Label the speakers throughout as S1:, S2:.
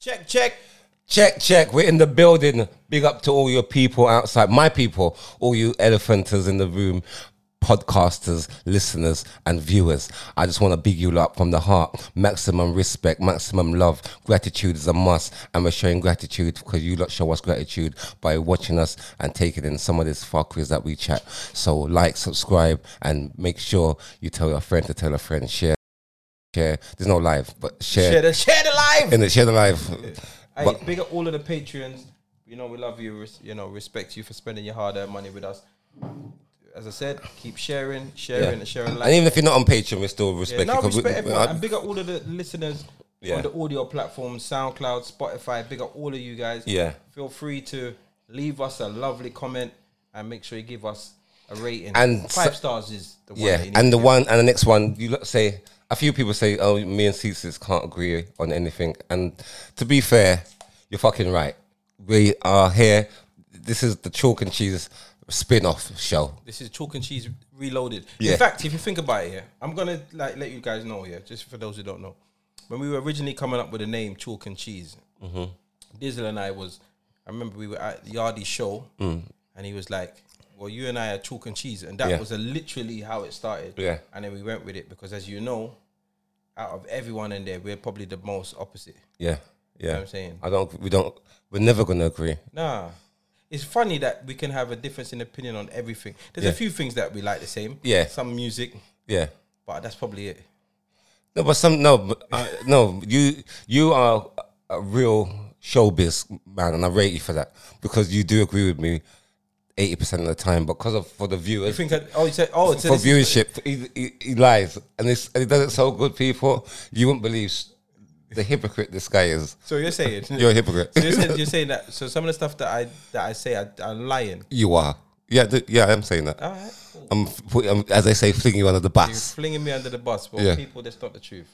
S1: Check, check.
S2: Check, check. We're in the building. Big up to all your people outside. My people, all you elephanters in the room, podcasters, listeners, and viewers. I just want to big you up from the heart. Maximum respect, maximum love. Gratitude is a must. And we're showing gratitude because you lot show us gratitude by watching us and taking in some of this fuckeries that we chat. So like, subscribe, and make sure you tell your friend to tell a friend. Share. Share. There's no live, but share.
S1: Share the share the live.
S2: In the share the live.
S1: Hey,
S2: But-
S1: big up all of the Patreons. You know, we love you. res- You know, respect you for spending your hard-earned money with us. As I said, keep sharing, sharing,
S2: Yeah.
S1: and sharing.
S2: And even if you're not on Patreon, we still
S1: Yeah,
S2: respect
S1: no,
S2: you. 'cause we- uh,
S1: respect everyone.
S2: I-
S1: and big up all of the listeners
S2: Yeah.
S1: on the audio platforms, SoundCloud, Spotify. Big up all of you guys.
S2: Yeah.
S1: Feel free to leave us a lovely comment and make sure you give us a rating.
S2: And
S1: five
S2: so-
S1: stars is the one.
S2: yeah,
S1: that you need.
S2: and the one and the next one, you lot say a few people say, "Oh, me and Ceases can't agree on anything." And to be fair, you're fucking right. We are here. This is the chalk and cheese spin-off show.
S1: This is chalk and cheese reloaded.
S2: Yeah.
S1: In fact, if you think about it, yeah, I'm gonna like let you guys know, yeah, just for those who don't know, when we were originally coming up with the name chalk and cheese,
S2: Mm-hmm.
S1: Dizzle and I was, I remember we were at Yardie's show, and he was like, "Well, you and I are chalk and cheese," and that
S2: Mm. Yeah.
S1: was uh, literally how it started.
S2: Yeah.
S1: and then we went with it because, as you know, out of everyone in there, we're probably the most opposite.
S2: Yeah, yeah.
S1: what I'm saying?
S2: I don't. We don't. We're never gonna agree.
S1: Nah. It's funny that we can have a difference in opinion on everything. There's a
S2: Yeah.
S1: few things that we like the same.
S2: Yeah.
S1: Some music,
S2: Yeah.
S1: but that's probably it.
S2: No, but some no, but, uh, no. You you are a real showbiz man, and I rate you for that because you do agree with me eighty percent of the time. But because of for the
S1: I
S2: viewers,
S1: think I, oh, you said oh, it's
S2: for viewership, he, he, he lies, and, it's, and he does it so good. People, you wouldn't believe s- the hypocrite this guy is.
S1: so you're saying
S2: You're
S1: you're,
S2: a hypocrite.
S1: saying you're saying that. So some of the stuff that I that I say, I, I'm lying.
S2: you are. Yeah, th- yeah. I'm saying that.
S1: All right,
S2: I'm, put- I'm as they say, flinging you under the
S1: you're
S2: bus.
S1: flinging me under the bus, but
S2: Yeah.
S1: people, that's not the truth.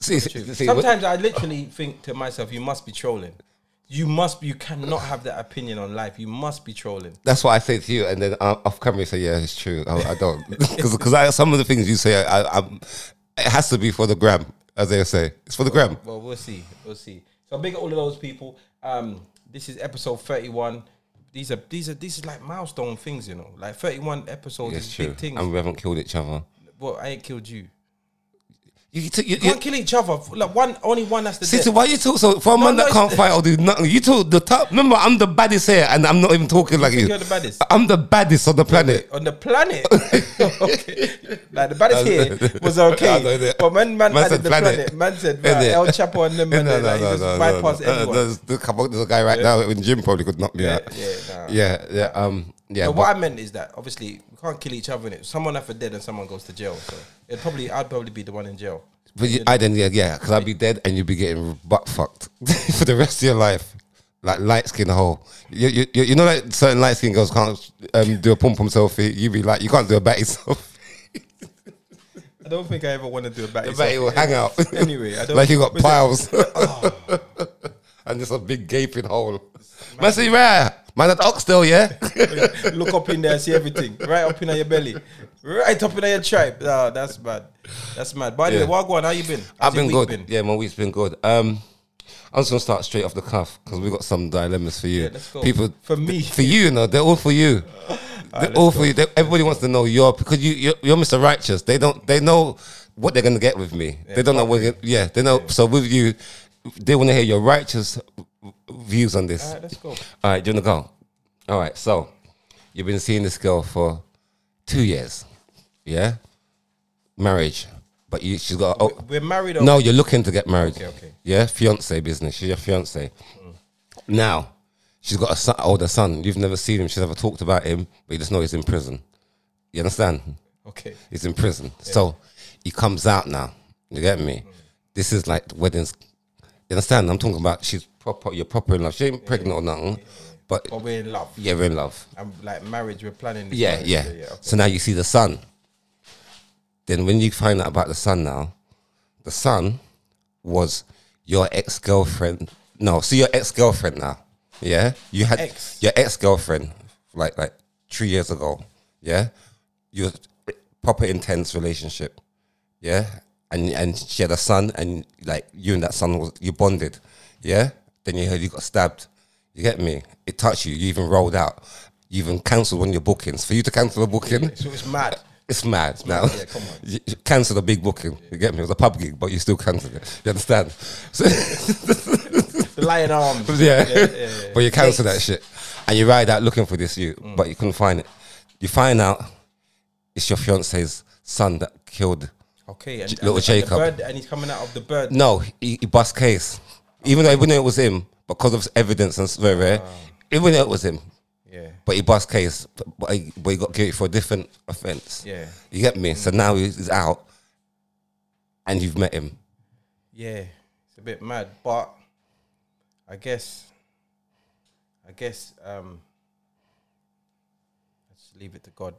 S2: See, see, see, what-
S1: Sometimes I literally think to myself, you must be trolling. You must. You cannot have that opinion on life. You must be trolling.
S2: That's what I say to you, and then uh, off camera you say, "Yeah, it's true." I, I don't because some of the things you say, I, I, I'm- it has to be for the gram, as they say. It's for the gram.
S1: Well, we'll see. We'll see. So big up all of those people. Um, this is episode thirty-one. These are these are these are like milestone things, you know. Like thirty-one episodes
S2: It's
S1: is
S2: true,
S1: big things.
S2: and we haven't killed each other.
S1: well, I ain't killed you.
S2: You, you, took- you,
S1: You
S2: you
S1: can't kill each other. Like one, only one. That's the
S2: see,
S1: death.
S2: so why you talk so for a man
S1: no,
S2: that
S1: it's-
S2: can't fight or do nothing? You talk the top. Remember, I'm the baddest here, and I'm not even talking like you.
S1: you're the baddest?
S2: I'm the baddest on the planet.
S1: on the planet. okay. Like the baddest here was
S2: No, no,
S1: okay.
S2: no.
S1: But man, man,
S2: Man
S1: added
S2: said
S1: the
S2: planet.
S1: planet. Man said
S2: Isn't
S1: right,
S2: it?
S1: El Chapo and them man.
S2: No,
S1: there,
S2: no,
S1: like, he
S2: no,
S1: just
S2: no, no,
S1: bypassed
S2: no. Uh,
S1: everyone.
S2: There's, there's a couple- there's a guy right now in the gym probably could knock me out.
S1: yeah, nah.
S2: yeah, yeah. Um, yeah.
S1: But
S2: but-
S1: what I meant is that obviously we can't kill each other in it. Someone have a dead and someone goes to jail. So it probably I'd probably be the one in jail.
S2: But you, I then yeah yeah because I'd be dead and you'd be getting butt fucked for the rest of your life, like light skin hole. You, you, you you know like certain light skin girls can't um, do a pom pom selfie. You be like you can't do a batty selfie.
S1: I don't think I ever want to do a back.
S2: The batty will hang out
S1: Anyway, I don't
S2: like you got
S1: was it- Ah.
S2: piles and just a big gaping hole. Man, see rare man at Oxdale, yeah.
S1: Look up in there, see everything. Right up in your belly. Right up in your tribe. Nah, that's bad. That's mad. By the
S2: Yeah.
S1: way, Wagwan, how you been?
S2: I've
S1: How's your
S2: been
S1: week
S2: good. Yeah, my week's been good. Um, I'm just gonna start straight off the cuff because we've got some dilemmas for you.
S1: Yeah, let's go.
S2: People
S1: For me.
S2: for you, no, they're all for you. They're all for you. They, everybody wants to know your because you you're, you're Mr. Righteous. They don't they know what they're gonna get with me. they don't know what. you're- Yeah, they know. So with you, they want to hear your righteous views on this.
S1: All right, let's go.
S2: All right, do you want to go? All right, so you've been seeing this girl for two years, yeah? Marriage, but you, she's got. Oh,
S1: We're married. or-
S2: no, you're looking to get married.
S1: Okay, okay. Mm.
S2: Yeah, fiance business. She's your fiance. Now, she's got a son, older son. You've never seen him. She's never talked about him, but you just know he's in prison. You understand?
S1: Okay.
S2: He's in prison. So he comes out now. You get me?
S1: Mm.
S2: This is like the weddings. You understand? I'm talking about she's proper. You're proper in love. She ain't pregnant or nothing, but
S1: But we're in love.
S2: yeah, we're in love.
S1: I'm like marriage. We're planning. This
S2: Yeah,
S1: marriage,
S2: yeah.
S1: yeah, okay.
S2: So now you see the son. Then when you find out about the son now, the son was your ex girlfriend. No, so your ex girlfriend now. Yeah, you had
S1: Ex.
S2: your ex girlfriend like like three years ago. Yeah, your proper intense relationship. Yeah, and and she had a son, and like you and that son was you bonded. yeah, then you heard you got stabbed. You get me? It touched you. You even rolled out. You even cancelled one of your bookings. For you to cancel a booking,
S1: So it's mad.
S2: it's mad now.
S1: Yeah, come on.
S2: You you cancelled a big booking. You get me? It was a pub gig, but you still cancelled it. You understand? So,
S1: The lion arms.
S2: yeah.
S1: yeah,
S2: But you cancel that shit. And you ride out looking for this you,
S1: Mm.
S2: but you couldn't find it. You find out it's your fiance's son that killed.
S1: Okay. And,
S2: J-
S1: and-
S2: little
S1: and the
S2: Jacob.
S1: bird- and he's coming out of the bird.
S2: No, he, he bust case. Even though he knew it was him, because of evidence and so rare,
S1: Ah.
S2: even though it was him,
S1: Yeah.
S2: but he bust case, but- but he, but he got guilty for a different offence.
S1: Yeah. Mm.
S2: You get me? So now he's out and you've met him.
S1: Yeah. It's a bit mad, but I guess, I guess, um, let's leave it to God.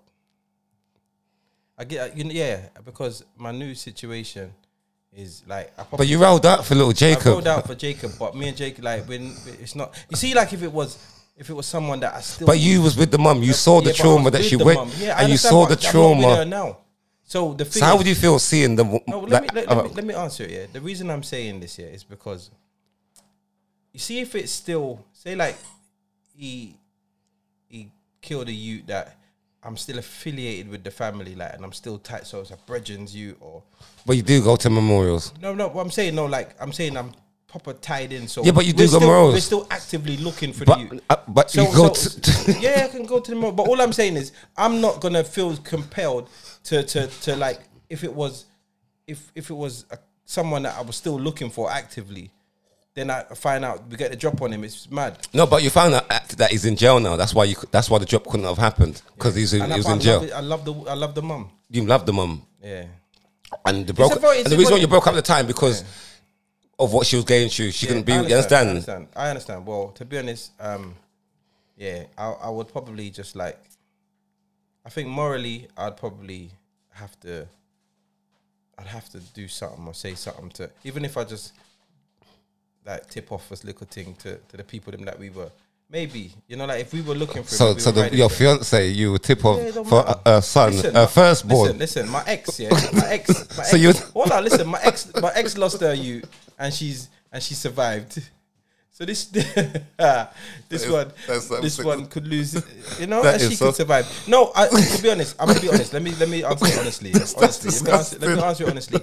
S1: I get, you know, yeah, because my new situation is like, I probably
S2: But you rolled out for little
S1: I rolled
S2: Jacob.
S1: out for Jacob, but me and Jacob, like, when it's not, you see, like, if it was, if it was someone that I still,
S2: But you was with the mum. You saw the
S1: Yeah, but I
S2: trauma
S1: was
S2: that
S1: with
S2: she
S1: the
S2: went,
S1: mum. Yeah, I
S2: and you
S1: understand,
S2: saw
S1: but
S2: the
S1: I'm not with
S2: trauma.
S1: her now. So the thing
S2: So how
S1: is-
S2: would you feel seeing them?
S1: No,
S2: like,
S1: let me let,
S2: uh,
S1: let me let me answer it. Yeah, the reason I'm saying this here is because you see, if it's still say like he he killed a youth that I'm still affiliated with the family, like, and I'm still tight, so it's a Bredgen's you or
S2: But you do go to memorials.
S1: no, no. What I'm saying, no, like I'm saying I'm proper tied in. So
S2: Yeah, but you do
S1: we're
S2: go
S1: still,
S2: morals.
S1: We're still actively looking for
S2: But
S1: you.
S2: uh, but
S1: So,
S2: you go
S1: so-
S2: to.
S1: yeah, I can go to the mall. But all I'm saying is, I'm not gonna feel compelled to to to like if it was, if if it was a, someone that I was still looking for actively, then I find out we get the drop on him. It's mad.
S2: no, but you found out act- that he's in jail now. That's why you. cou- That's why the job couldn't have happened because he's in,
S1: And
S2: he
S1: I,
S2: was
S1: I
S2: in jail.
S1: Love it. I love the I love the mum.
S2: You loved the mum,
S1: Yeah,
S2: and the broke.
S1: a very-
S2: and
S1: it's
S2: the
S1: a
S2: reason why
S1: very-
S2: you broke up at the time because of what she was going through. She couldn't be.
S1: I
S2: You
S1: I
S2: understand?
S1: understand. I understand. Well, to be honest, um, yeah, I I would probably just like, I think morally, I'd probably have to. I'd have to do something or say something to, even if I just like tip off this little thing to, to the people them that we were. Maybe you know, like if we were looking for. it,
S2: So,
S1: we
S2: so
S1: were
S2: the,
S1: riding
S2: your
S1: for it.
S2: fiance, you would tip off
S1: Yeah, it don't
S2: for
S1: matter.
S2: a, a son,
S1: Listen,
S2: a
S1: my-
S2: firstborn.
S1: Listen, listen, my ex, yeah, my ex. My
S2: So
S1: ex,
S2: you-
S1: Hold on, listen, my ex, my ex lost her you, and she's and she survived. So this, this one,
S2: that's so
S1: this
S2: sick.
S1: one could lose. You know,
S2: That
S1: and
S2: is
S1: she
S2: so-
S1: could survive. No, I, to be honest, I'm gonna be honest. Let me let me answer it honestly. honestly, let me, answer, let me answer it honestly.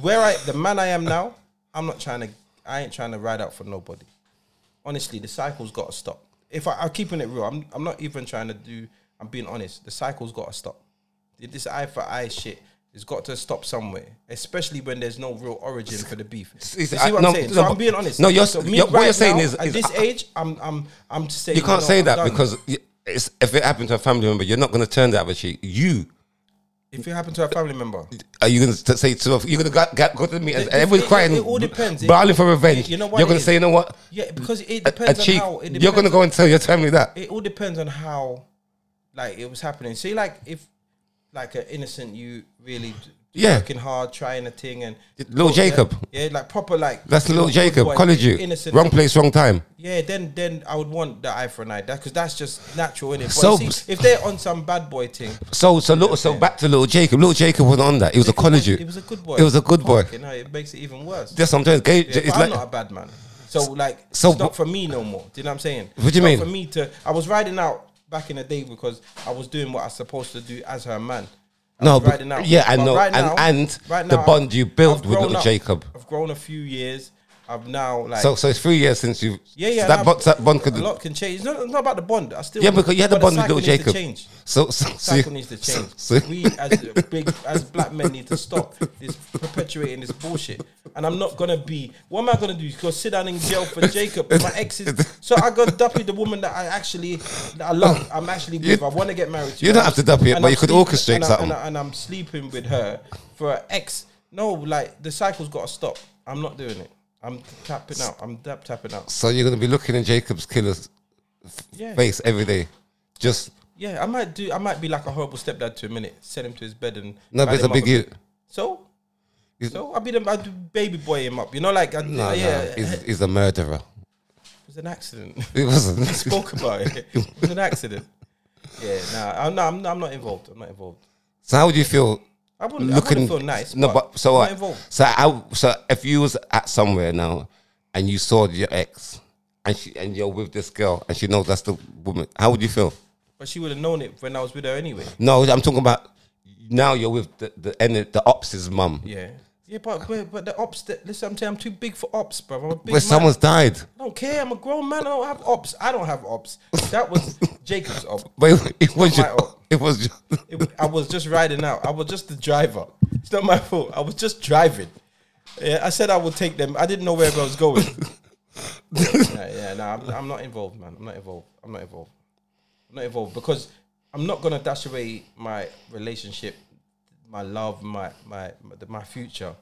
S1: Where I, the man I am now, I'm not trying to. I ain't trying to ride out for nobody honestly, the cycle's got to stop. If I, I'm keeping it real, I'm, I'm not even trying to do. I'm being honest. The cycle's got to stop. This eye for eye shit has got to stop somewhere, especially when there's no real origin for the beef. You see
S2: I-
S1: what
S2: no,
S1: I'm saying?
S2: no,
S1: so
S2: but-
S1: I'm being honest.
S2: no, you're-
S1: So
S2: you're- what you're saying
S1: now,
S2: is-
S1: at
S2: is-
S1: this age, I'm I'm I'm just saying
S2: You can't
S1: no,
S2: say
S1: I'm
S2: that
S1: done.
S2: because y- it's, if it happened to a family member, you're not going to turn the other cheek. You
S1: if it happened to a family member,
S2: are you going to say to you're going to go, go to the meeting?
S1: It-
S2: and everyone's
S1: it-
S2: crying,
S1: it all depends. It-
S2: bowling for revenge.
S1: you know what
S2: you're
S1: it
S2: going to
S1: is?
S2: say, you know what?
S1: yeah, because it
S2: A-
S1: depends
S2: a cheek.
S1: on how it depends
S2: you're going to
S1: on-
S2: go and tell your family that.
S1: it all depends on how like it was happening. See, like if like an innocent you really d-
S2: Yeah.
S1: working hard, trying a thing and
S2: Little
S1: Yeah,
S2: Jacob.
S1: Yeah, like proper like
S2: That's little
S1: good
S2: Jacob,
S1: boy,
S2: college you,
S1: innocent
S2: wrong place, wrong time.
S1: Yeah, then then I would want the eye for an eye that because that's just natural in it. But
S2: So-
S1: see, if they're on some bad boy thing,
S2: So, so little, so back to little Jacob. Little Jacob was on that. He was a college
S1: It was
S2: you.
S1: a good boy.
S2: It was a good boy.
S1: You know, it makes it even worse.
S2: That's sometimes gay.
S1: Yeah,
S2: It's
S1: but I'm
S2: like
S1: not a bad man. So like,
S2: So
S1: it's not
S2: wh-
S1: for me no more. Do you know what I'm saying?
S2: What do you
S1: It's not
S2: mean?
S1: For me to, I was riding out back in the day because I was doing what I was supposed to do as her man. I
S2: No,
S1: was
S2: but-
S1: riding out.
S2: yeah, I know.
S1: right
S2: And- and the
S1: I've-
S2: bond you built
S1: I've
S2: with
S1: grown
S2: little
S1: up.
S2: Jacob.
S1: I've grown a few years. I've now like
S2: so. So it's three years since you.
S1: yeah, yeah.
S2: so
S1: now
S2: that, bond, that bond could.
S1: a lot can change. It's not, it's not about the bond. I still
S2: Yeah, because you had a
S1: but
S2: bond with
S1: cycle
S2: little
S1: needs to
S2: Jacob.
S1: Change
S2: So, so, so,
S1: cycle
S2: you-
S1: needs to change.
S2: so-
S1: we as big as black men need to stop this perpetuating this bullshit. And I'm not gonna be. What am I gonna do? Go sit down in jail for Jacob, my ex is. So I got duppy the woman that I actually that I love. I'm actually with. I want to get married to.
S2: you don't have to duppy it,
S1: And
S2: but
S1: I'm
S2: you could
S1: sleeping-
S2: orchestrate
S1: and I-
S2: something.
S1: and, I, and I'm sleeping with her for her ex. No, like the cycle's got to stop. I'm not doing it. I'm tapping out. I'm dap tapping out.
S2: So you're gonna be looking in Jacob's killer's
S1: Yeah.
S2: face every day. Just
S1: Yeah, I might do. I might be like a horrible stepdad to a minute. Send him to his bed and
S2: no, but
S1: bang
S2: it's a
S1: him up
S2: big you.
S1: So,
S2: Is-
S1: so I be the I do baby boy him up. You know, like I,
S2: No,
S1: yeah,
S2: no,
S1: it
S2: he's, he's a murderer.
S1: was an accident.
S2: It wasn't.
S1: Spoke about it. It was an accident. Yeah, nah, I'm not, I'm not, I'm not involved. I'm not involved.
S2: so how would you feel?
S1: I wouldn't,
S2: Looking,
S1: I wouldn't feel nice.
S2: No, but so
S1: I'm
S2: what?
S1: not involved.
S2: So I, so if you was at somewhere now, and you saw your ex and she and you're with this girl and she knows that's the woman, how would you feel?
S1: But she would have known it when I was with her anyway.
S2: No, I'm talking about now you're with the the and the ops' mum.
S1: Yeah. Yeah, but but, but the ops. That, listen, I'm, saying I'm too big for ops, bro. I'm a big
S2: Where
S1: man.
S2: someone's died.
S1: I don't care. I'm a grown man. I don't have ops. I don't have ops. That was Jacob's op.
S2: But it, it was
S1: my
S2: your,
S1: op.
S2: it was your,
S1: It, I was just riding out. I was just the driver. It's not my fault. I was just driving. Yeah, I said I would take them. I didn't know where I was going. yeah, yeah, no, I'm, I'm not involved, man. I'm not involved. I'm not involved. I'm not involved because I'm not gonna dash away my relationship, my love, my my my, my future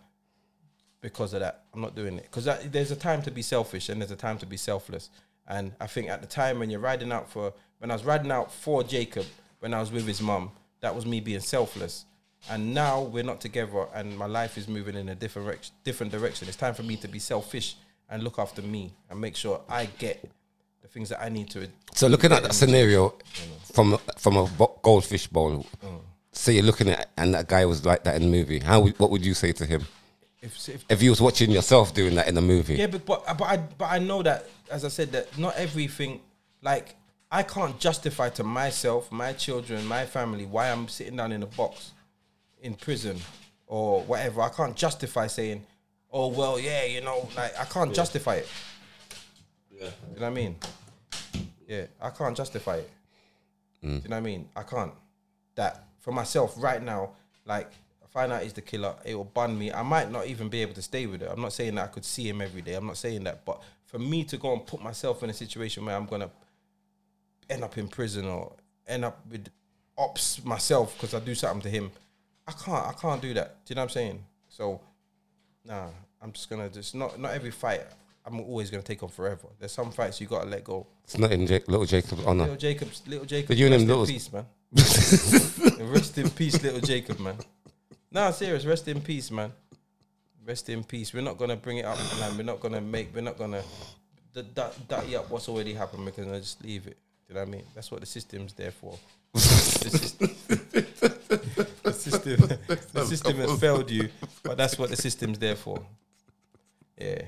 S1: because of that. I'm not doing it because there's a time to be selfish and there's a time to be selfless. And I think at the time when you're riding out for, when I was riding out for Jacob, when I was with his mum, that was me being selfless. And now we're not together, and my life is moving in a different rec- different direction. It's time for me to be selfish and look after me and make sure I get the things that I need to.
S2: So looking at that scenario from from a bo- goldfish bowl,
S1: Mm.
S2: say you're looking at and that guy was like that in the movie. How would, what would you say to him
S1: If, if
S2: if you was watching yourself doing that in a movie?
S1: Yeah, but but but I but I know that as I said that not everything like I can't justify to myself, my children, my family why I'm sitting down in a box in prison or whatever. I can't justify saying, "Oh well, yeah, you know, like I can't justify it." Yeah. You know what I mean? Yeah, I can't justify it. Do you know what I mean? I can't. That for myself right now, like I find out he's the killer, it will bun me. I might not even be able to stay with her. I'm not saying that I could see him every day. I'm not saying that, but for me to go and put myself in a situation where I'm gonna end up in prison or end up with ops myself because I do something to him, I can't. I can't do that. Do you know what I'm saying? So, nah, I'm just gonna just not not every fight. I'm always gonna take on forever. There's some fights you gotta let go.
S2: It's not in Jac little Jacob's honor.
S1: Little Jacobs, little Jacob.
S2: But you and
S1: rest
S2: him
S1: in
S2: little-
S1: peace, man. rest in peace, little Jacob, man. Nah, serious. Rest in peace, man. Rest in peace. We're not gonna bring it up, man. We're not gonna make. We're not gonna d- d- dirty up what's already happened. We're gonna just leave it. Do you know what I mean? That's what the system's there for. the system, the system, the system has failed you, but that's what the system's there for. Yeah.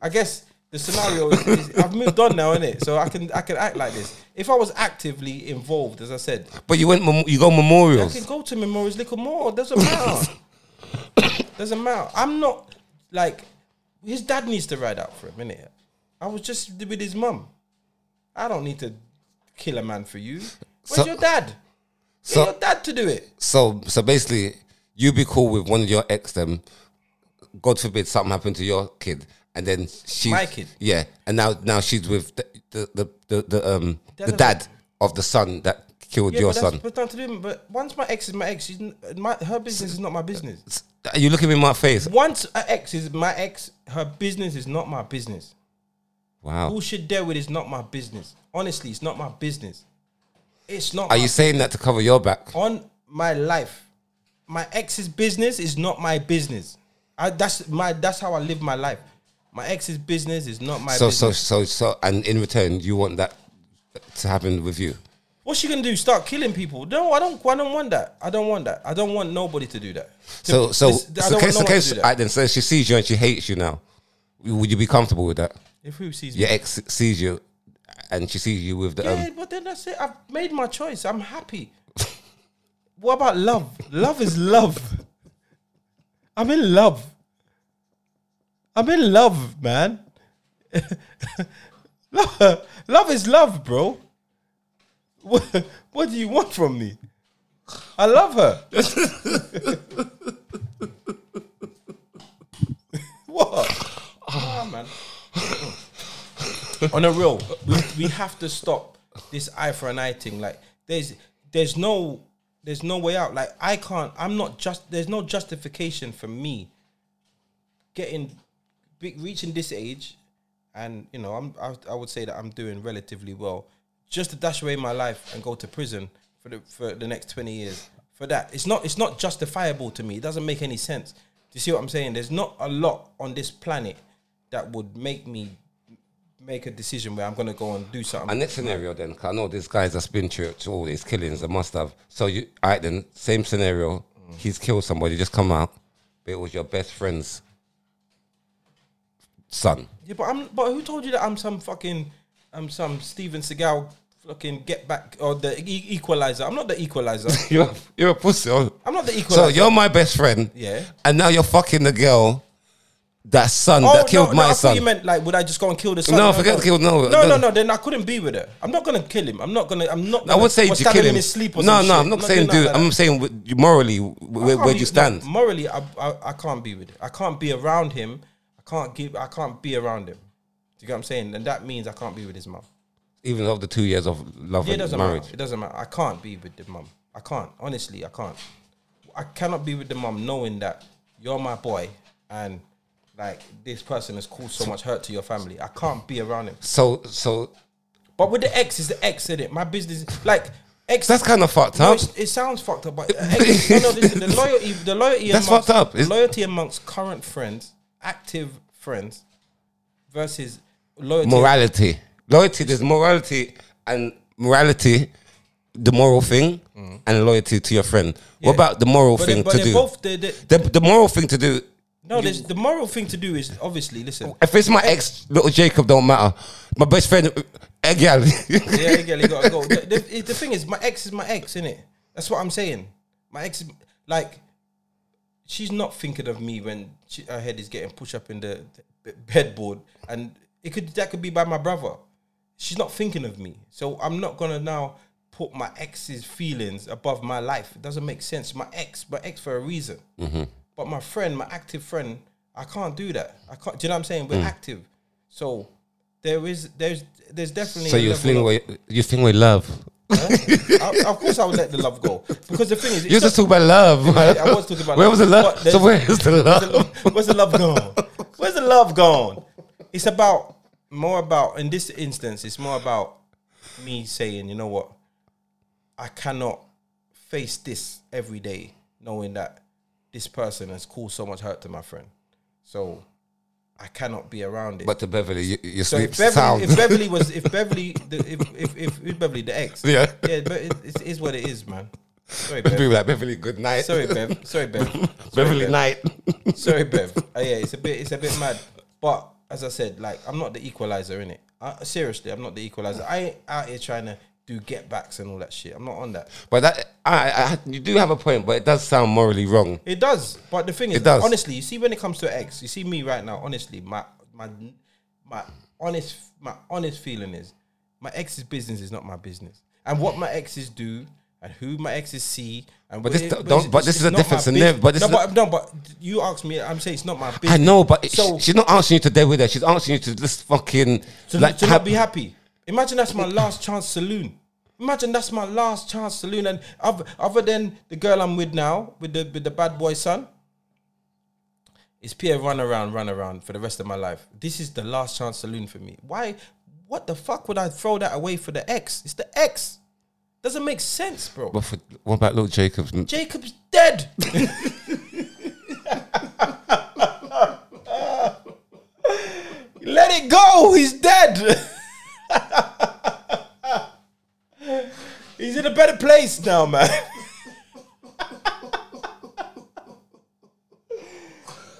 S1: I guess the scenario is, is- I've moved on now, innit? So I can I can act like this. If I was actively involved, as I said,
S2: But you went mem- you go
S1: I can
S2: memorials.
S1: go to Memorials Little More. Doesn't matter. Doesn't matter. I'm not like his dad needs to ride out for a minute. I was just with his mum. I don't need to kill a man for you. Where's
S2: So-
S1: your dad? Get
S2: so-
S1: your dad to do it.
S2: So so basically, you be cool with one of your ex them. God forbid something happened to your kid, and then she
S1: My kid?
S2: Yeah, and now now she's with the the the, the, the um
S1: Dad
S2: the
S1: of-
S2: dad of the son that killed
S1: Yeah,
S2: your
S1: but that's
S2: son.
S1: but nothing to do. But once my ex is my ex, she's n- my, her business is not my business.
S2: Are you looking in my face?
S1: Once an ex is my ex, her business is not my business.
S2: Wow.
S1: Bullshit there with is not my business. Honestly, it's not my business. It's not.
S2: Are
S1: my Oh,
S2: you saying that to cover your back?
S1: on my life. My ex's business is not my business. I, that's my that's how I live my life. My ex's business is not my
S2: So,
S1: business.
S2: so, so, so, and in return, you want that to happen with you.
S1: What's she gonna do? Start killing people? No, I don't. I don't want that. I don't want that. I don't want nobody to do that.
S2: So, so,
S1: This- I
S2: so
S1: don't want
S2: case, the
S1: no one to
S2: case,
S1: do that.
S2: I then says she sees you and she hates you now. Would you be comfortable with that?
S1: If who sees me,
S2: Your ex sees you, and she sees you with the.
S1: yeah,
S2: Um,
S1: but then that's it. I've made my choice. I'm happy. what about love? Love is love. I'm in love. I'm in love, man. love, love is love, bro. What, what do you want from me? I love her. what? Ah, man on a real, we, we have to stop this eye for an eye thing. Like there's there's no there's no way out. Like I can't. I'm not just. There's no justification for me getting big, reaching this age, and you know I'm I, I would say that I'm doing relatively well. Just to dash away my life and go to prison for the for the next twenty years for that. It's not it's not justifiable to me. It doesn't make any sense. Do you see what I'm saying? There's not a lot on this planet that would make me make a decision where I'm gonna go and do something.
S2: our next scenario then, 'cause I know these guys that's been through to all these killings, they must have. So you, alright then, same scenario. He's killed somebody, just come out, but it was your best friend's son.
S1: Yeah, but I'm. But who told you that I'm some fucking? I'm some Steven Seagal fucking get back or the e- equalizer. I'm not the equalizer.
S2: You're, you're a pussy. oh.
S1: I'm not the
S2: So
S1: equalizer.
S2: you're my best friend.
S1: Yeah.
S2: And now you're fucking the girl, that son
S1: Oh,
S2: that killed
S1: no, no, I
S2: my
S1: thought
S2: son.
S1: You meant like, would I just go and kill the son?
S2: No, forget kill- no,
S1: no, no,
S2: no.
S1: no, Then I couldn't be with her. I'm not gonna kill him. I'm not gonna. I'm not.
S2: I
S1: Gonna,
S2: would say
S1: or
S2: you
S1: stab
S2: kill him.
S1: in his sleep or
S2: no,
S1: some
S2: no,
S1: shit.
S2: I'm not
S1: doing
S2: saying,
S1: nothing
S2: dude.
S1: like that.
S2: I'm saying w- morally, where,
S1: can't
S2: where
S1: be-
S2: do you stand?
S1: no, morally, I, I I can't be with. I can't be around him. I can't give. I can't be around him. Do you get what I'm saying? And that means I can't be with his mum.
S2: Even after two years of love
S1: Yeah, it
S2: and
S1: doesn't
S2: marriage.
S1: matter. It doesn't matter. I can't be with the mum. I can't. Honestly, I can't. I cannot be with the mum knowing that you're my boy and like this person has caused so much hurt to your family. I can't be around him.
S2: So, so
S1: But with the ex, is the ex in it? My business, like ex.
S2: that's kind of fucked
S1: No,
S2: up.
S1: it's- it sounds fucked up, but ex, no, no, listen, the loyalty, the loyalty.
S2: That's
S1: amongst,
S2: fucked up. It's-
S1: Loyalty amongst current friends, active friends, versus loyalty.
S2: morality. Loyalty, there's morality and morality, the moral thing, and loyalty to your friend. What about the moral
S1: Mm. but
S2: thing
S1: they, but
S2: to
S1: they're
S2: do?
S1: both. They're, they're,
S2: the, the moral thing to do.
S1: no, there's, the moral thing to do is obviously listen.
S2: If it's my ex, little Jacob, don't matter. My best friend, Eggal.
S1: Yeah, yeah, you gotta go. The, the- the thing is, my ex is my ex, innit? That's what I'm saying. My ex, is- like, she's not thinking of me when she, her head is getting pushed up in the, the bedboard, and it could that could be by my brother. She's not thinking of me, so I'm not gonna now put my ex's feelings above my life. It doesn't make sense. My ex, my ex for a reason,
S2: Mm-hmm.
S1: but my friend, my active friend, I can't do that. I can't. Do you know what I'm saying?
S2: Mm.
S1: We're active, so. There is, there's, there's definitely.
S2: so
S1: a
S2: you
S1: level
S2: fling
S1: of-
S2: away, you fling away love.
S1: I, of course, I would let the love go because the thing is, it's
S2: You
S1: not-
S2: just talk about love. man.
S1: I was talking about
S2: where
S1: love,
S2: was the
S1: but
S2: love?
S1: there's-
S2: So where is the love?
S1: where's the love gone? Where's the love gone? It's about more about in this instance, it's more about me saying, you know what, I cannot face this every day, knowing that this person has caused so much hurt to my friend, so I cannot be around it.
S2: But to Beverly, you, you
S1: So
S2: sleep
S1: if Beverly,
S2: sound.
S1: if Beverly was, if Beverly, the, if, if, if, if Beverly the ex,
S2: Yeah.
S1: yeah, but it, it is what it is, man. Sorry, Bev.
S2: Be like Beverly, good night.
S1: Sorry, Bev. Sorry, Bev. Sorry,
S2: Beverly,
S1: Bev.
S2: night.
S1: Sorry, Bev. Uh, yeah, it's a bit, it's a bit mad. But as I said, like I'm not the equalizer in it. Seriously, I'm not the equalizer. I ain't out here trying to do get backs and all that shit. I'm not on that.
S2: But that I, I, you do have a point, but it does sound morally wrong.
S1: It does, but the thing is,
S2: It does.
S1: honestly, you see, when it comes to ex, you see me right now. Honestly, my my my honest my honest feeling is, my ex's business is not my business, and what my exes do, and who my exes see, and
S2: But
S1: what
S2: this
S1: it-
S2: don't-
S1: what
S2: don't-
S1: is-
S2: but this
S1: it's
S2: is a
S1: not my
S2: difference in
S1: business.
S2: them, but this
S1: no,
S2: is
S1: but, no, but you asked me. I'm saying it's not my business.
S2: I know, but it-
S1: So-
S2: she's not asking you to deal with that. She's asking you to just fucking
S1: to,
S2: like
S1: to
S2: have-
S1: not be happy. Imagine that's my last chance saloon. Imagine that's my last chance saloon, and other, other than the girl I'm with now, with the with the bad boy son, it's Pierre run around, run around for the rest of my life. This is the last chance saloon for me. Why? What the fuck would I throw that away for the ex? It's the ex. Doesn't make sense, bro.
S2: But for, what about little Jacobs?
S1: Jacob's dead. Let it go. He's dead. He's in a better place now, man.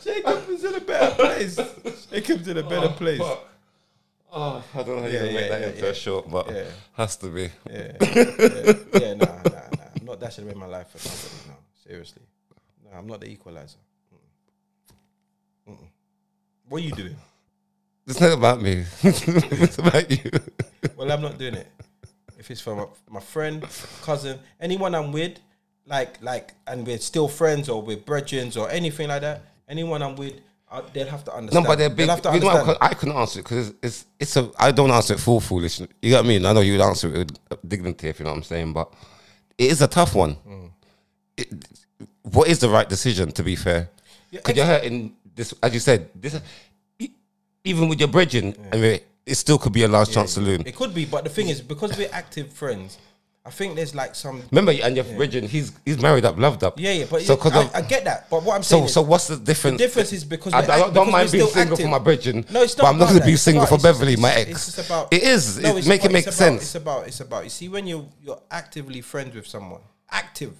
S1: Jacob is in a better place. Jacob's in a better place.
S2: Oh, I don't know how
S1: Yeah,
S2: you're gonna
S1: yeah,
S2: make that
S1: yeah,
S2: into
S1: yeah.
S2: a short, but
S1: Yeah.
S2: has to be.
S1: Yeah, yeah, yeah, nah, nah, nah. I'm not dashing away my life for somebody. No, seriously, no, I'm not the equalizer. Mm-mm. Mm-mm. What are you doing?
S2: It's not about me. it's about you.
S1: Well, I'm not doing it. If it's for my, my friend, cousin, anyone I'm with, like like, and we're still friends or we're brethren or anything like that. Anyone I'm with, I, they'll have to
S2: No,
S1: understand.
S2: but they're
S1: They'll
S2: big.
S1: have to
S2: you know,
S1: understand.
S2: I couldn't answer it because it's, it's it's a. I don't answer it full foolish. You know what I mean? I know you would answer it with uh, dignity, if you know what I'm saying. But it is a tough one.
S1: Hmm.
S2: It, what is the right decision? To be fair,
S1: Yeah,
S2: because you're hurting this, as you said, this e- even with your bridging, I mean, it still could be a last chance saloon.
S1: It could be, but the thing is, because we're active friends, I think there's like some.
S2: Remember, and your bridging, he's he's married up, loved up.
S1: Yeah, yeah, but
S2: so 'cause
S1: I,
S2: of,
S1: I get that. But what I'm saying
S2: so
S1: is,
S2: so what's the difference?
S1: difference is because
S2: I,
S1: we're
S2: I
S1: act-
S2: don't,
S1: because
S2: mind
S1: we're
S2: being
S1: still
S2: single
S1: active.
S2: for my bridging.
S1: No, it's not.
S2: But I'm not
S1: about
S2: going to be
S1: that.
S2: single
S1: It's
S2: for
S1: about- it's
S2: Beverly,
S1: just-
S2: my
S1: it's-
S2: ex.
S1: It's just about
S2: it is.
S1: No,
S2: it,
S1: it's
S2: make
S1: about-
S2: it make
S1: it's about-
S2: sense.
S1: it's about. It's about. You see, when you you're actively friends with someone, active,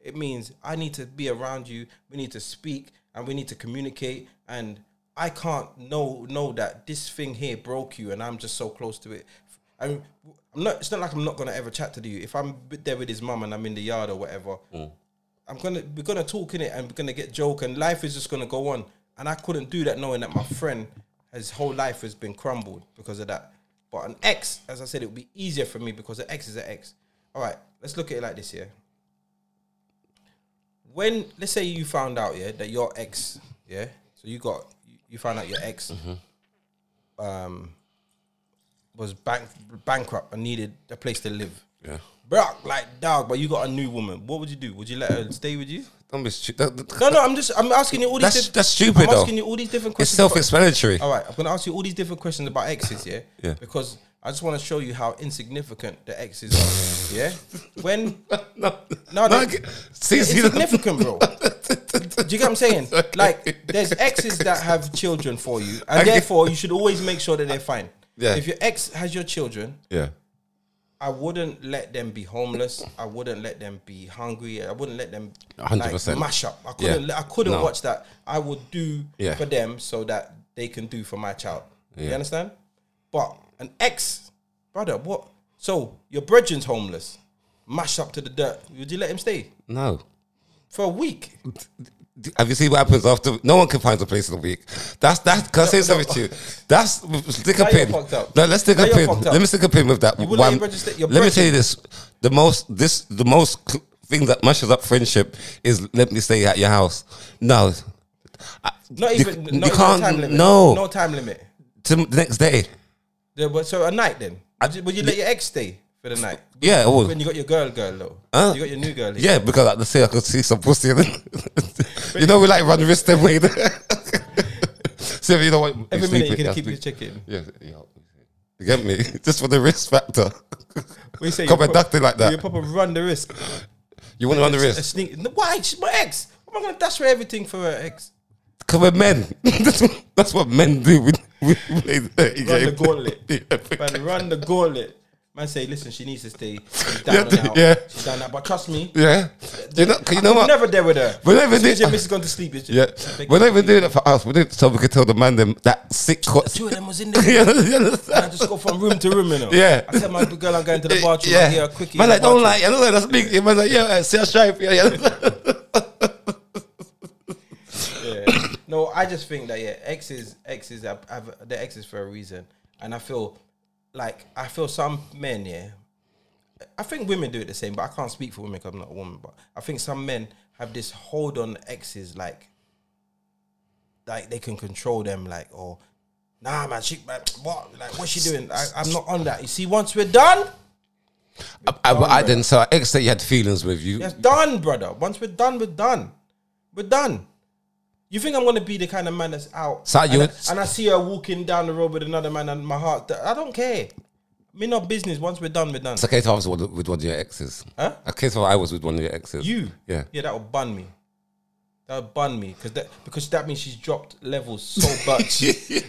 S1: it means I need to be around you. We need to speak and we need to communicate and I can't know know that this thing here broke you, and I'm just so close to it. I'm, I'm not. It's not like I'm not gonna ever chat to you. If I'm with- there with his mum and I'm in the yard or whatever, I'm gonna we're gonna talk in it and we're gonna get joke, and life is just gonna go on. And I couldn't do that knowing that my friend, his whole life has been crumbled because of that. But an ex, as I said, it would be easier for me because an ex is an ex. All right, let's look at it like this here when let's say you found out yeah that your ex yeah so you got you found out your ex um was bank bankrupt and needed a place to live
S2: Yeah.
S1: bro like dog but you got a new woman what would you do would you let her stay with you
S2: Don't be stu- that- that-
S1: no no i'm just i'm asking you all these
S2: That's-
S1: diff-
S2: that's stupid,
S1: i'm
S2: though.
S1: asking you all these different
S2: It's
S1: questions about- Oh.
S2: self-explanatory.
S1: all right i'm gonna ask you all these different questions about exes yeah
S2: Yeah.
S1: because i just want to show you how insignificant the exes are yeah when
S2: No,
S1: Oh, No,
S2: no,
S1: they-
S2: g- see,
S1: it's
S2: see, the-
S1: significant, bro. Do you get what I'm saying? Like, there's exes that have children for you, and
S2: Okay.
S1: therefore you should always make sure that they're fine.
S2: Yeah.
S1: If your ex has your children,
S2: yeah,
S1: I wouldn't let them be homeless. I wouldn't let them be hungry. I wouldn't let them like,
S2: 100%.
S1: mash up. I
S2: Yeah.
S1: couldn't. I couldn't
S2: No.
S1: watch that. I would do
S2: Yeah.
S1: for them so that they can do for my child. You
S2: Yeah.
S1: understand? But an ex, brother, what? So your brethren's homeless, mashed up to the dirt. Would you let him stay
S2: no.
S1: for a week?
S2: D- Have you seen what happens after? No one can find a place in a week. That's that's. Can I say something to you? That's stick a
S1: Now you're
S2: pin.
S1: fucked up.
S2: No, let's stick
S1: Now
S2: a
S1: you're
S2: pin.
S1: fucked up.
S2: Let me stick a pin with that.
S1: wouldn't let your brother stay- your
S2: let me
S1: brother-
S2: tell you this: the most this the most cl- thing that mushes up friendship is let me stay at your house. No, I-
S1: Not
S2: you-
S1: even
S2: you
S1: not even
S2: can't.
S1: time limit.
S2: No,
S1: no time limit.
S2: Till the next day.
S1: There was, so a night then. Would you, would you let your ex stay for the night
S2: Yeah, I would.
S1: when you got your girl, girl though?
S2: Huh?
S1: You got your new girl. here.
S2: Yeah, because at the say I could see some pussy. in it. you know, we like run risk them way. See if you know what. you
S1: Every
S2: sleep
S1: minute you
S2: it,
S1: can
S2: yeah,
S1: keep your
S2: sleep-
S1: chicken.
S2: Yeah, yeah. You get me? Just for the risk factor.
S1: We say
S2: Come
S1: you
S2: and duct it like that.
S1: You probably run the risk.
S2: You want to run the
S1: A
S2: risk?
S1: sneak. No, Why? She's my ex. Why am I gonna dash for everything for her ex?
S2: Because we're men. that's, what, that's what men do. We, we play the dirty
S1: Run the
S2: game.
S1: gauntlet.
S2: Yeah.
S1: Man, run the gauntlet. Man, say, listen, she needs to stay. She's
S2: Yeah,
S1: down and out.
S2: yeah.
S1: She's down and out. But trust me,
S2: yeah. You know, 'cause you
S1: I'm
S2: know what?
S1: never there with her.
S2: We're never
S1: As soon as
S2: there-
S1: Your missus gone to sleep. it's
S2: yeah.
S1: just-
S2: We're not even doing it for us. We're doing it so we can tell the man them that sick.
S1: The
S2: Course.
S1: two of them was in there.
S2: yeah, you understand?
S1: I just go from room to room, you know.
S2: Yeah.
S1: I tell my girl I'm going to the bathroom. Yeah. I hear her quickie.
S2: Man,
S1: in
S2: like,
S1: the
S2: don't
S1: bathroom.
S2: like, you know, like, that's big. Man, like, yeah, see a stripe. Yeah, yeah.
S1: Yeah. No, I just think that yeah, exes, exes, have, have the exes for a reason, and I feel like I feel some men, yeah. I think women do it the same, but I can't speak for women 'cause I'm not a woman. But I think some men have this hold on exes, like, like they can control them, like, or nah, man, she, man, what, like, what's she doing? I, I'm not on that. You see, once we're done,
S2: I, I, I didn't. So, ex that you had feelings with you.
S1: It's done, brother. Once we're done, we're done. We're done. You think I'm gonna be the kind of man that's out?
S2: So you-
S1: and, I, and I see her walking down the road with another man, and my heart. I don't care. Me no business. Once we're done, we're done.
S2: It's a case of I was with with one of your exes.
S1: Huh?
S2: A case of I was with one of your exes.
S1: You,
S2: Yeah.
S1: yeah, that would bun me. That would bun me because that because that means she's dropped levels so much.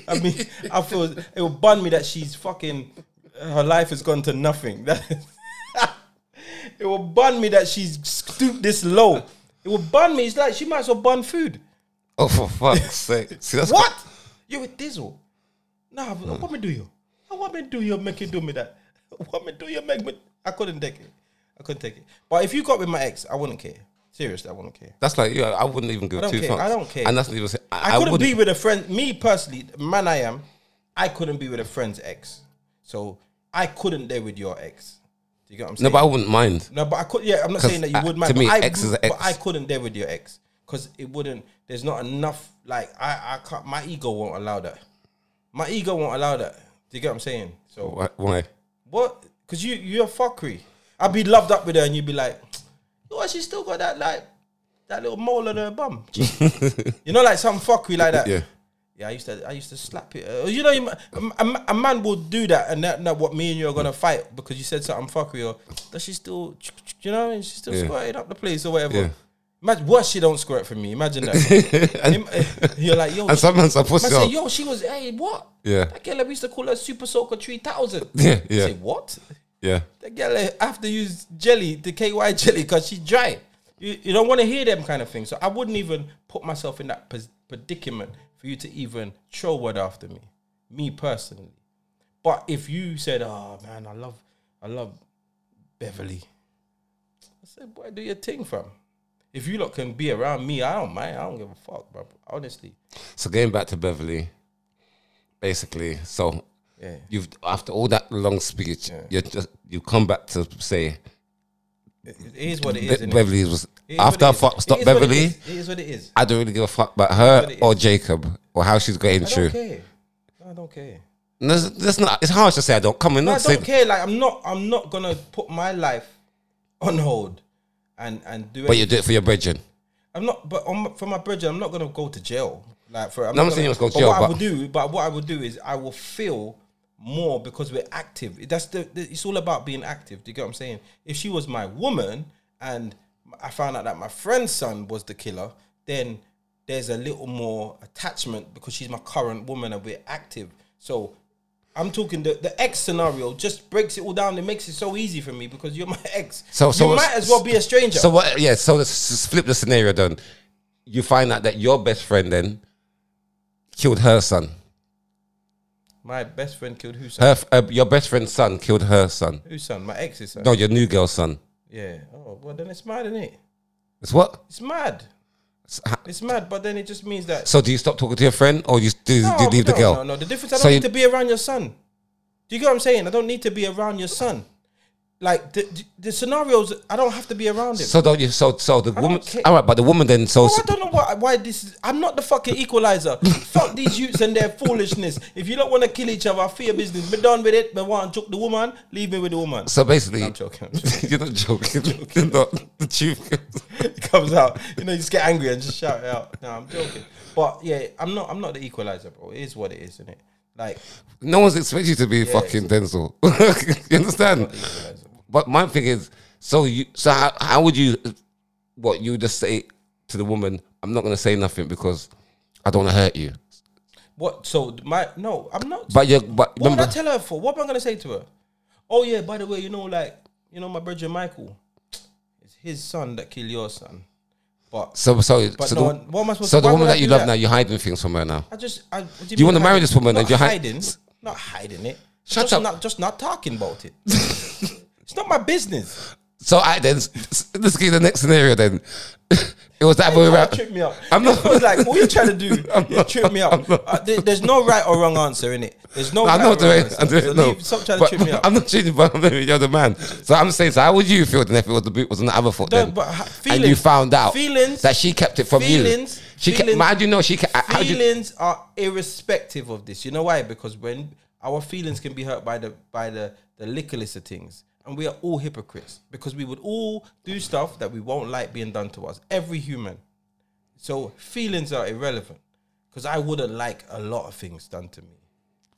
S1: I mean, I feel it would bun me that she's fucking her life has gone to nothing. That it would bun me that she's stooped this low. It would bun me. It's like she might as well bun food.
S2: Oh, for fuck's sake. See, that's
S1: What? You with Dizzle? Nah, but what me do you? What me do you make you do me that? What me do you make me? I couldn't take it. I couldn't take it. But if you got with my ex, I wouldn't care. Seriously, I wouldn't care.
S2: That's like, yeah, I wouldn't even give
S1: don't
S2: two
S1: care.
S2: fucks.
S1: I don't care.
S2: And that's not even. say- I,
S1: I,
S2: I
S1: couldn't
S2: wouldn't.
S1: be with a friend. Me personally, the man I am, I couldn't be with a friend's ex. So I couldn't there with your ex. Do you get what I'm
S2: no,
S1: saying?
S2: but I wouldn't mind.
S1: No, but I could. Yeah, I'm not
S2: 'Cause,
S1: saying that you
S2: uh,
S1: would.
S2: to
S1: mind, but
S2: me,
S1: I,
S2: ex is a
S1: But
S2: ex.
S1: I couldn't dare with your ex because it wouldn't. There's not enough. Like I, I can't. My ego won't allow that. My ego won't allow that. Do you get what I'm saying? So
S2: Oh, Why? why?
S1: what? Because you, you're fuckery. I'd be loved up with her, and you'd be like, "What? She still got that like that little mole on her bum." you know, like some fuckery like that.
S2: Yeah.
S1: Yeah, I used to, I used to slap it. Uh, you know, you, m- a, a- a man will do that, and that, that what me and you are gonna fight because you said something fuckery, or does she still, you know, and she's still
S2: Yeah.
S1: squirting up the place or whatever.
S2: Yeah.
S1: Imagine what she don't squirt for me. Imagine that. Im- eh, you're like, yo,
S2: And
S1: she,
S2: sometimes I pussy
S1: man say,
S2: off.
S1: yo, she was, hey, what?
S2: Yeah.
S1: that girl we used to call her Super Soaker Three Thousand.
S2: Yeah, yeah.
S1: Say what?
S2: Yeah.
S1: That girl eh, have to use jelly, the KY jelly, because she's dry. You, you don't want to hear them kind of things. So I wouldn't even put myself in that pos- predicament for for you to even throw a word after me, me personally. But if you said, "Oh man, I love, I love Beverly," I said, "Boy, do your thing, fam." If you lot can be around me, I don't mind. I don't give a fuck, bro. Honestly,
S2: So going back to Beverly, basically, so
S1: yeah.
S2: you've after all that long speech, you just you come back to say
S1: It it is what it is.
S2: Be-
S1: innit?
S2: Beverly was
S1: It is
S2: after I
S1: what it is.
S2: fucked
S1: It
S2: up
S1: is what it
S2: Beverly.
S1: is. It is what it is.
S2: I don't really give a fuck about her
S1: it
S2: or Jacob or how she's getting
S1: I don't
S2: through.
S1: care. No, I don't care.
S2: No, That's, that's not. It's harsh to say I don't come in.
S1: No, I
S2: Not
S1: don't
S2: saying
S1: care. Like I'm not. I'm not gonna put my life on hold and and do.
S2: but
S1: it.
S2: you do it for your brethren.
S1: I'm not. But on, for my bridge, I'm not gonna go to jail. Like for. I'm
S2: No, I'm
S1: not
S2: saying you must go to
S1: but
S2: jail,
S1: What I
S2: but-
S1: will do. But what I will do is I will feel more because we're active. That's the. the- It's all about being active. Do you get what I'm saying? If she was my woman and I found out that my friend's son was the killer, then there's a little more attachment because she's my current woman and we're active. So I'm talking the, the ex scenario just breaks it all down. It makes it so easy for me because you're my ex.
S2: So- so
S1: you
S2: it's-
S1: might as well be a stranger.
S2: So what? Yeah. So let's s- flip the scenario. Then you find out that your best friend then killed her son.
S1: my best friend killed whose son?
S2: Her, f- uh, your best friend's son killed her son.
S1: Whose son? My ex's son.
S2: No, your new girl's son.
S1: Yeah. Oh well, then it's mad, isn't it?
S2: It's what?
S1: It's mad.
S2: S- ha-
S1: It's mad. But then it just means that.
S2: So do you stop talking to your friend or you s- do,
S1: No,
S2: do you leave
S1: no,
S2: the girl?
S1: No, no. The difference. I don't
S2: So
S1: need
S2: you-
S1: to be around your son. Do you get what I'm saying? I don't need to be around your son. Like the the, the scenarios, I don't have to be around him.
S2: So don't you? So so the woman.
S1: care.
S2: All right, but the woman then. So
S1: Oh, I don't know why, why this is. I'm not the fucking equalizer. Fuck these youths and their foolishness. If you don't want to kill each other, fear business. Be done with it. Be want to choke the woman. Leave me with the woman.
S2: so basically,
S1: I'm joking. I'm joking.
S2: you're not joking. You're not the truth.
S1: it comes out. You know, you just get angry and just shout it out. No, I'm joking. But yeah, I'm not. I'm not the equalizer, bro. It is what it is, isn't it? Like,
S2: No one's expecting you to be fucking Denzel. you understand? But my thing is, so you, so how, how would you, what you would just say to the woman? I'm not gonna say nothing because I don't want to hurt you.
S1: what? So my no, I'm not.
S2: But you, but
S1: What would I
S2: remember,
S1: tell her for? What am I gonna say to her? Oh yeah, by the way, you know, like you know, my brother Michael, it's his son that killed your son. But
S2: so so
S1: but
S2: so
S1: no,
S2: the,
S1: one, what am I supposed?
S2: so
S1: to
S2: the
S1: why
S2: woman
S1: would I
S2: that you
S1: do
S2: love now, you're hiding things from her now.
S1: I just. I, what do
S2: You
S1: mean
S2: wanna marry
S1: hiding?
S2: this woman
S1: Not
S2: and you're hi-
S1: hiding. not hiding it.
S2: Shut
S1: just
S2: up.
S1: Not, just not talking about it. it's not my business.
S2: So I then s- s- let's get the next scenario. Then it was that way
S1: You
S2: around.
S1: tripped me up.
S2: I'm
S1: I'm
S2: not-
S1: not. like, all you're trying to do is trip me up. Uh, there- there's no right or wrong answer in it. There's no.
S2: I
S1: right
S2: know
S1: or
S2: what the
S1: wrong
S2: way.
S1: answer.
S2: I do
S1: So
S2: it, no.
S1: leave- Stop trying
S2: But-
S1: to trip me up.
S2: I'm not cheating, but I'm the- you're the man. So I'm saying, so how would you feel then if it was the boot was on the other foot?
S1: No,
S2: then?
S1: but ha-
S2: and you
S1: feelings-
S2: found out
S1: feelings-
S2: that she kept it from
S1: feelings-
S2: you. She kept.
S1: feelings-
S2: How do you know she? Kept, how do you,
S1: feelings are irrespective of this. You know why? Because when our feelings can be hurt by the by the the lickilist of things, and we are all hypocrites because we would all do stuff that we won't like being done to us. Every human. So feelings are irrelevant because I wouldn't like a lot of things done to me,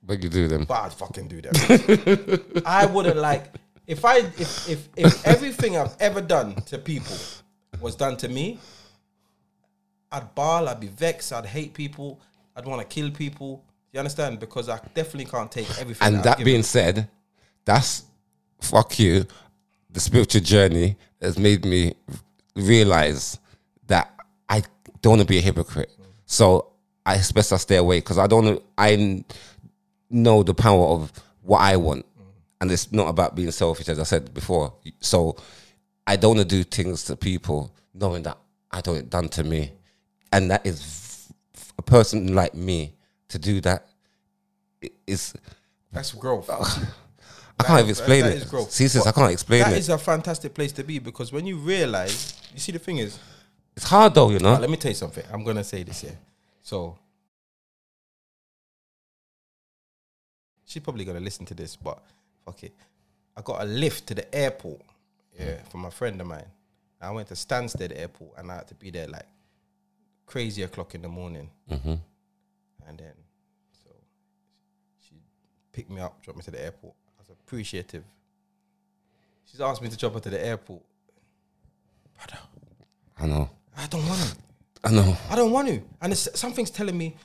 S2: but you do them.
S1: but I'd fucking do that. I wouldn't like if I if if, if everything I've ever done to people was done to me, I'd bawl, I'd be vexed, I'd hate people, I'd want to kill people. You understand? Because I definitely can't take everything.
S2: And
S1: I've
S2: that
S1: given.
S2: being said, that's fuck you. The spiritual journey has made me realize that I don't want to be a hypocrite. So I it's best I stay away because I don't. wanna- I know the power of what I want,
S1: Mm.
S2: and it's not about being selfish, as I said before. So I don't want to do things to people knowing that I don't want it done to me, and that is f- f- a person like me to do that i- is
S1: that's growth.
S2: I can't even explain
S1: that
S2: it.
S1: is growth.
S2: See, sis, I can't explain
S1: That
S2: it.
S1: is a fantastic place to be because when you realize, you see, the thing is,
S2: it's hard though, you know.
S1: Ah, let me tell you something. I'm gonna say this here. So she's probably gonna listen to this, but fuck it. I got a lift to the airport, yeah, from a friend of mine. I went to Stansted Airport and I had to be there like crazy o'clock in the morning. And then, so she picked me up, dropped me to the airport. I was appreciative. She's asked me to drop her to the airport. Brother,
S2: I know.
S1: I don't want to.
S2: I know.
S1: I don't want to. And it's, something's telling me,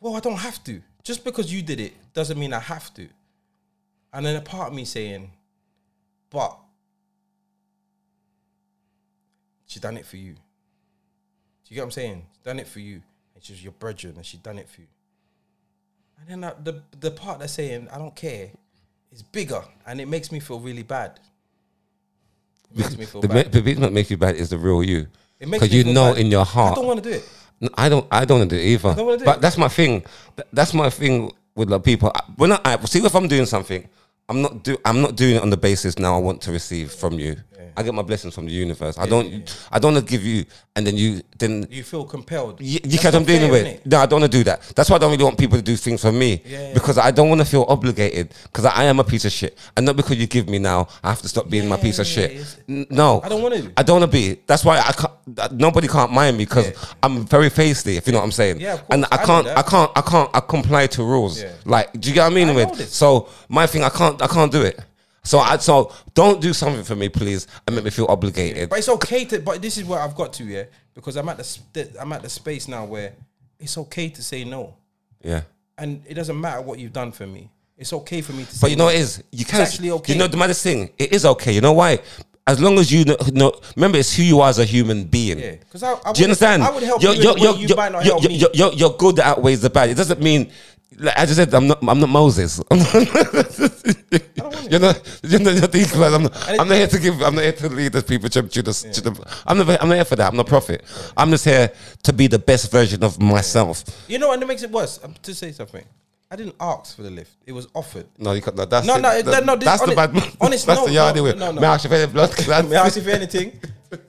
S1: well, I don't have to. Just because you did it doesn't mean I have to. And then a part of me saying, but she done it for you. Do you get what I'm saying? She done it for you. and she was your brethren and she done it for you. And then that, the the part that's saying I don't care is bigger and it makes me feel really bad. It makes me feel
S2: The, ma-
S1: bad.
S2: the reason that makes you bad is the real you,
S1: It makes
S2: because
S1: me
S2: you
S1: feel
S2: know
S1: bad.
S2: in your heart.
S1: I don't want to do it.
S2: No, I don't. I don't want to do it either.
S1: don't wanna do
S2: but
S1: it.
S2: that's my thing. Th- That's my thing with like people. I- When I, I see if I'm doing something, I'm not do. I'm not doing it on the basis now. I want to receive from you. I get my blessings from the universe. I don't. I don't want to give you, and then you then.
S1: You feel compelled.
S2: You, you
S1: That's
S2: catch what I'm
S1: not fair,
S2: dealing with.
S1: innit?
S2: No, I don't want to do that. That's why I don't really want people to do things for me
S1: Yeah, yeah.
S2: because I don't want to feel obligated because I, I am a piece of shit. And not because you give me now, I have to stop being my piece of
S1: Yeah,
S2: shit.
S1: it's-
S2: N- No,
S1: I don't wanna be.
S2: I don't want to be. That's why I can't. that- Nobody can't mind me because I'm very feisty. If you know what I'm saying.
S1: Yeah, of
S2: And
S1: course.
S2: I
S1: I know
S2: can't.
S1: that.
S2: I can't. I can't. I comply to rules.
S1: Yeah.
S2: Like, do you get what I mean?
S1: I know
S2: with
S1: this.
S2: so my thing, I can't. I can't do it. So I so don't do something for me, please, and make me feel obligated.
S1: But it's okay to. But this is where I've got to, yeah, because I'm at the st- I'm at the space now where it's okay to say no,
S2: Yeah.
S1: and it doesn't matter what you've done for me. It's okay for me to.
S2: But
S1: say
S2: you know what it is? You can't.
S1: actually okay.
S2: You know the maddest thing? It is okay. You know why? As long as you know, know remember, it's who you are as a human being.
S1: Yeah, 'cause I- I
S2: Do you
S1: would-
S2: understand?
S1: I would help
S2: Your-
S1: you in
S2: your-
S1: a way
S2: your-
S1: you
S2: your-
S1: might not
S2: your-
S1: help
S2: your-
S1: me.
S2: Your, your, your good outweighs the bad. It doesn't mean, like I just said, I'm not, I'm not Moses. I'm not, you know, you know, you're these guys. I'm not, I'm not here to give. I'm not here to lead the people to, to, the, to the. I'm not. I'm not here for that. I'm not prophet. I'm just here to be the best version of myself.
S1: You know, and it makes it worse. Um, to say something, I didn't ask for the lift; it was offered.
S2: No, you can't. No, that's
S1: No,
S2: it.
S1: no, it-
S2: That-
S1: no, this-
S2: that's the
S1: honest-
S2: bad.
S1: honest,
S2: that's
S1: no,
S2: the yard
S1: no,
S2: way.
S1: no, no.
S2: May I ask you for any blood clots?
S1: May I ask you for anything?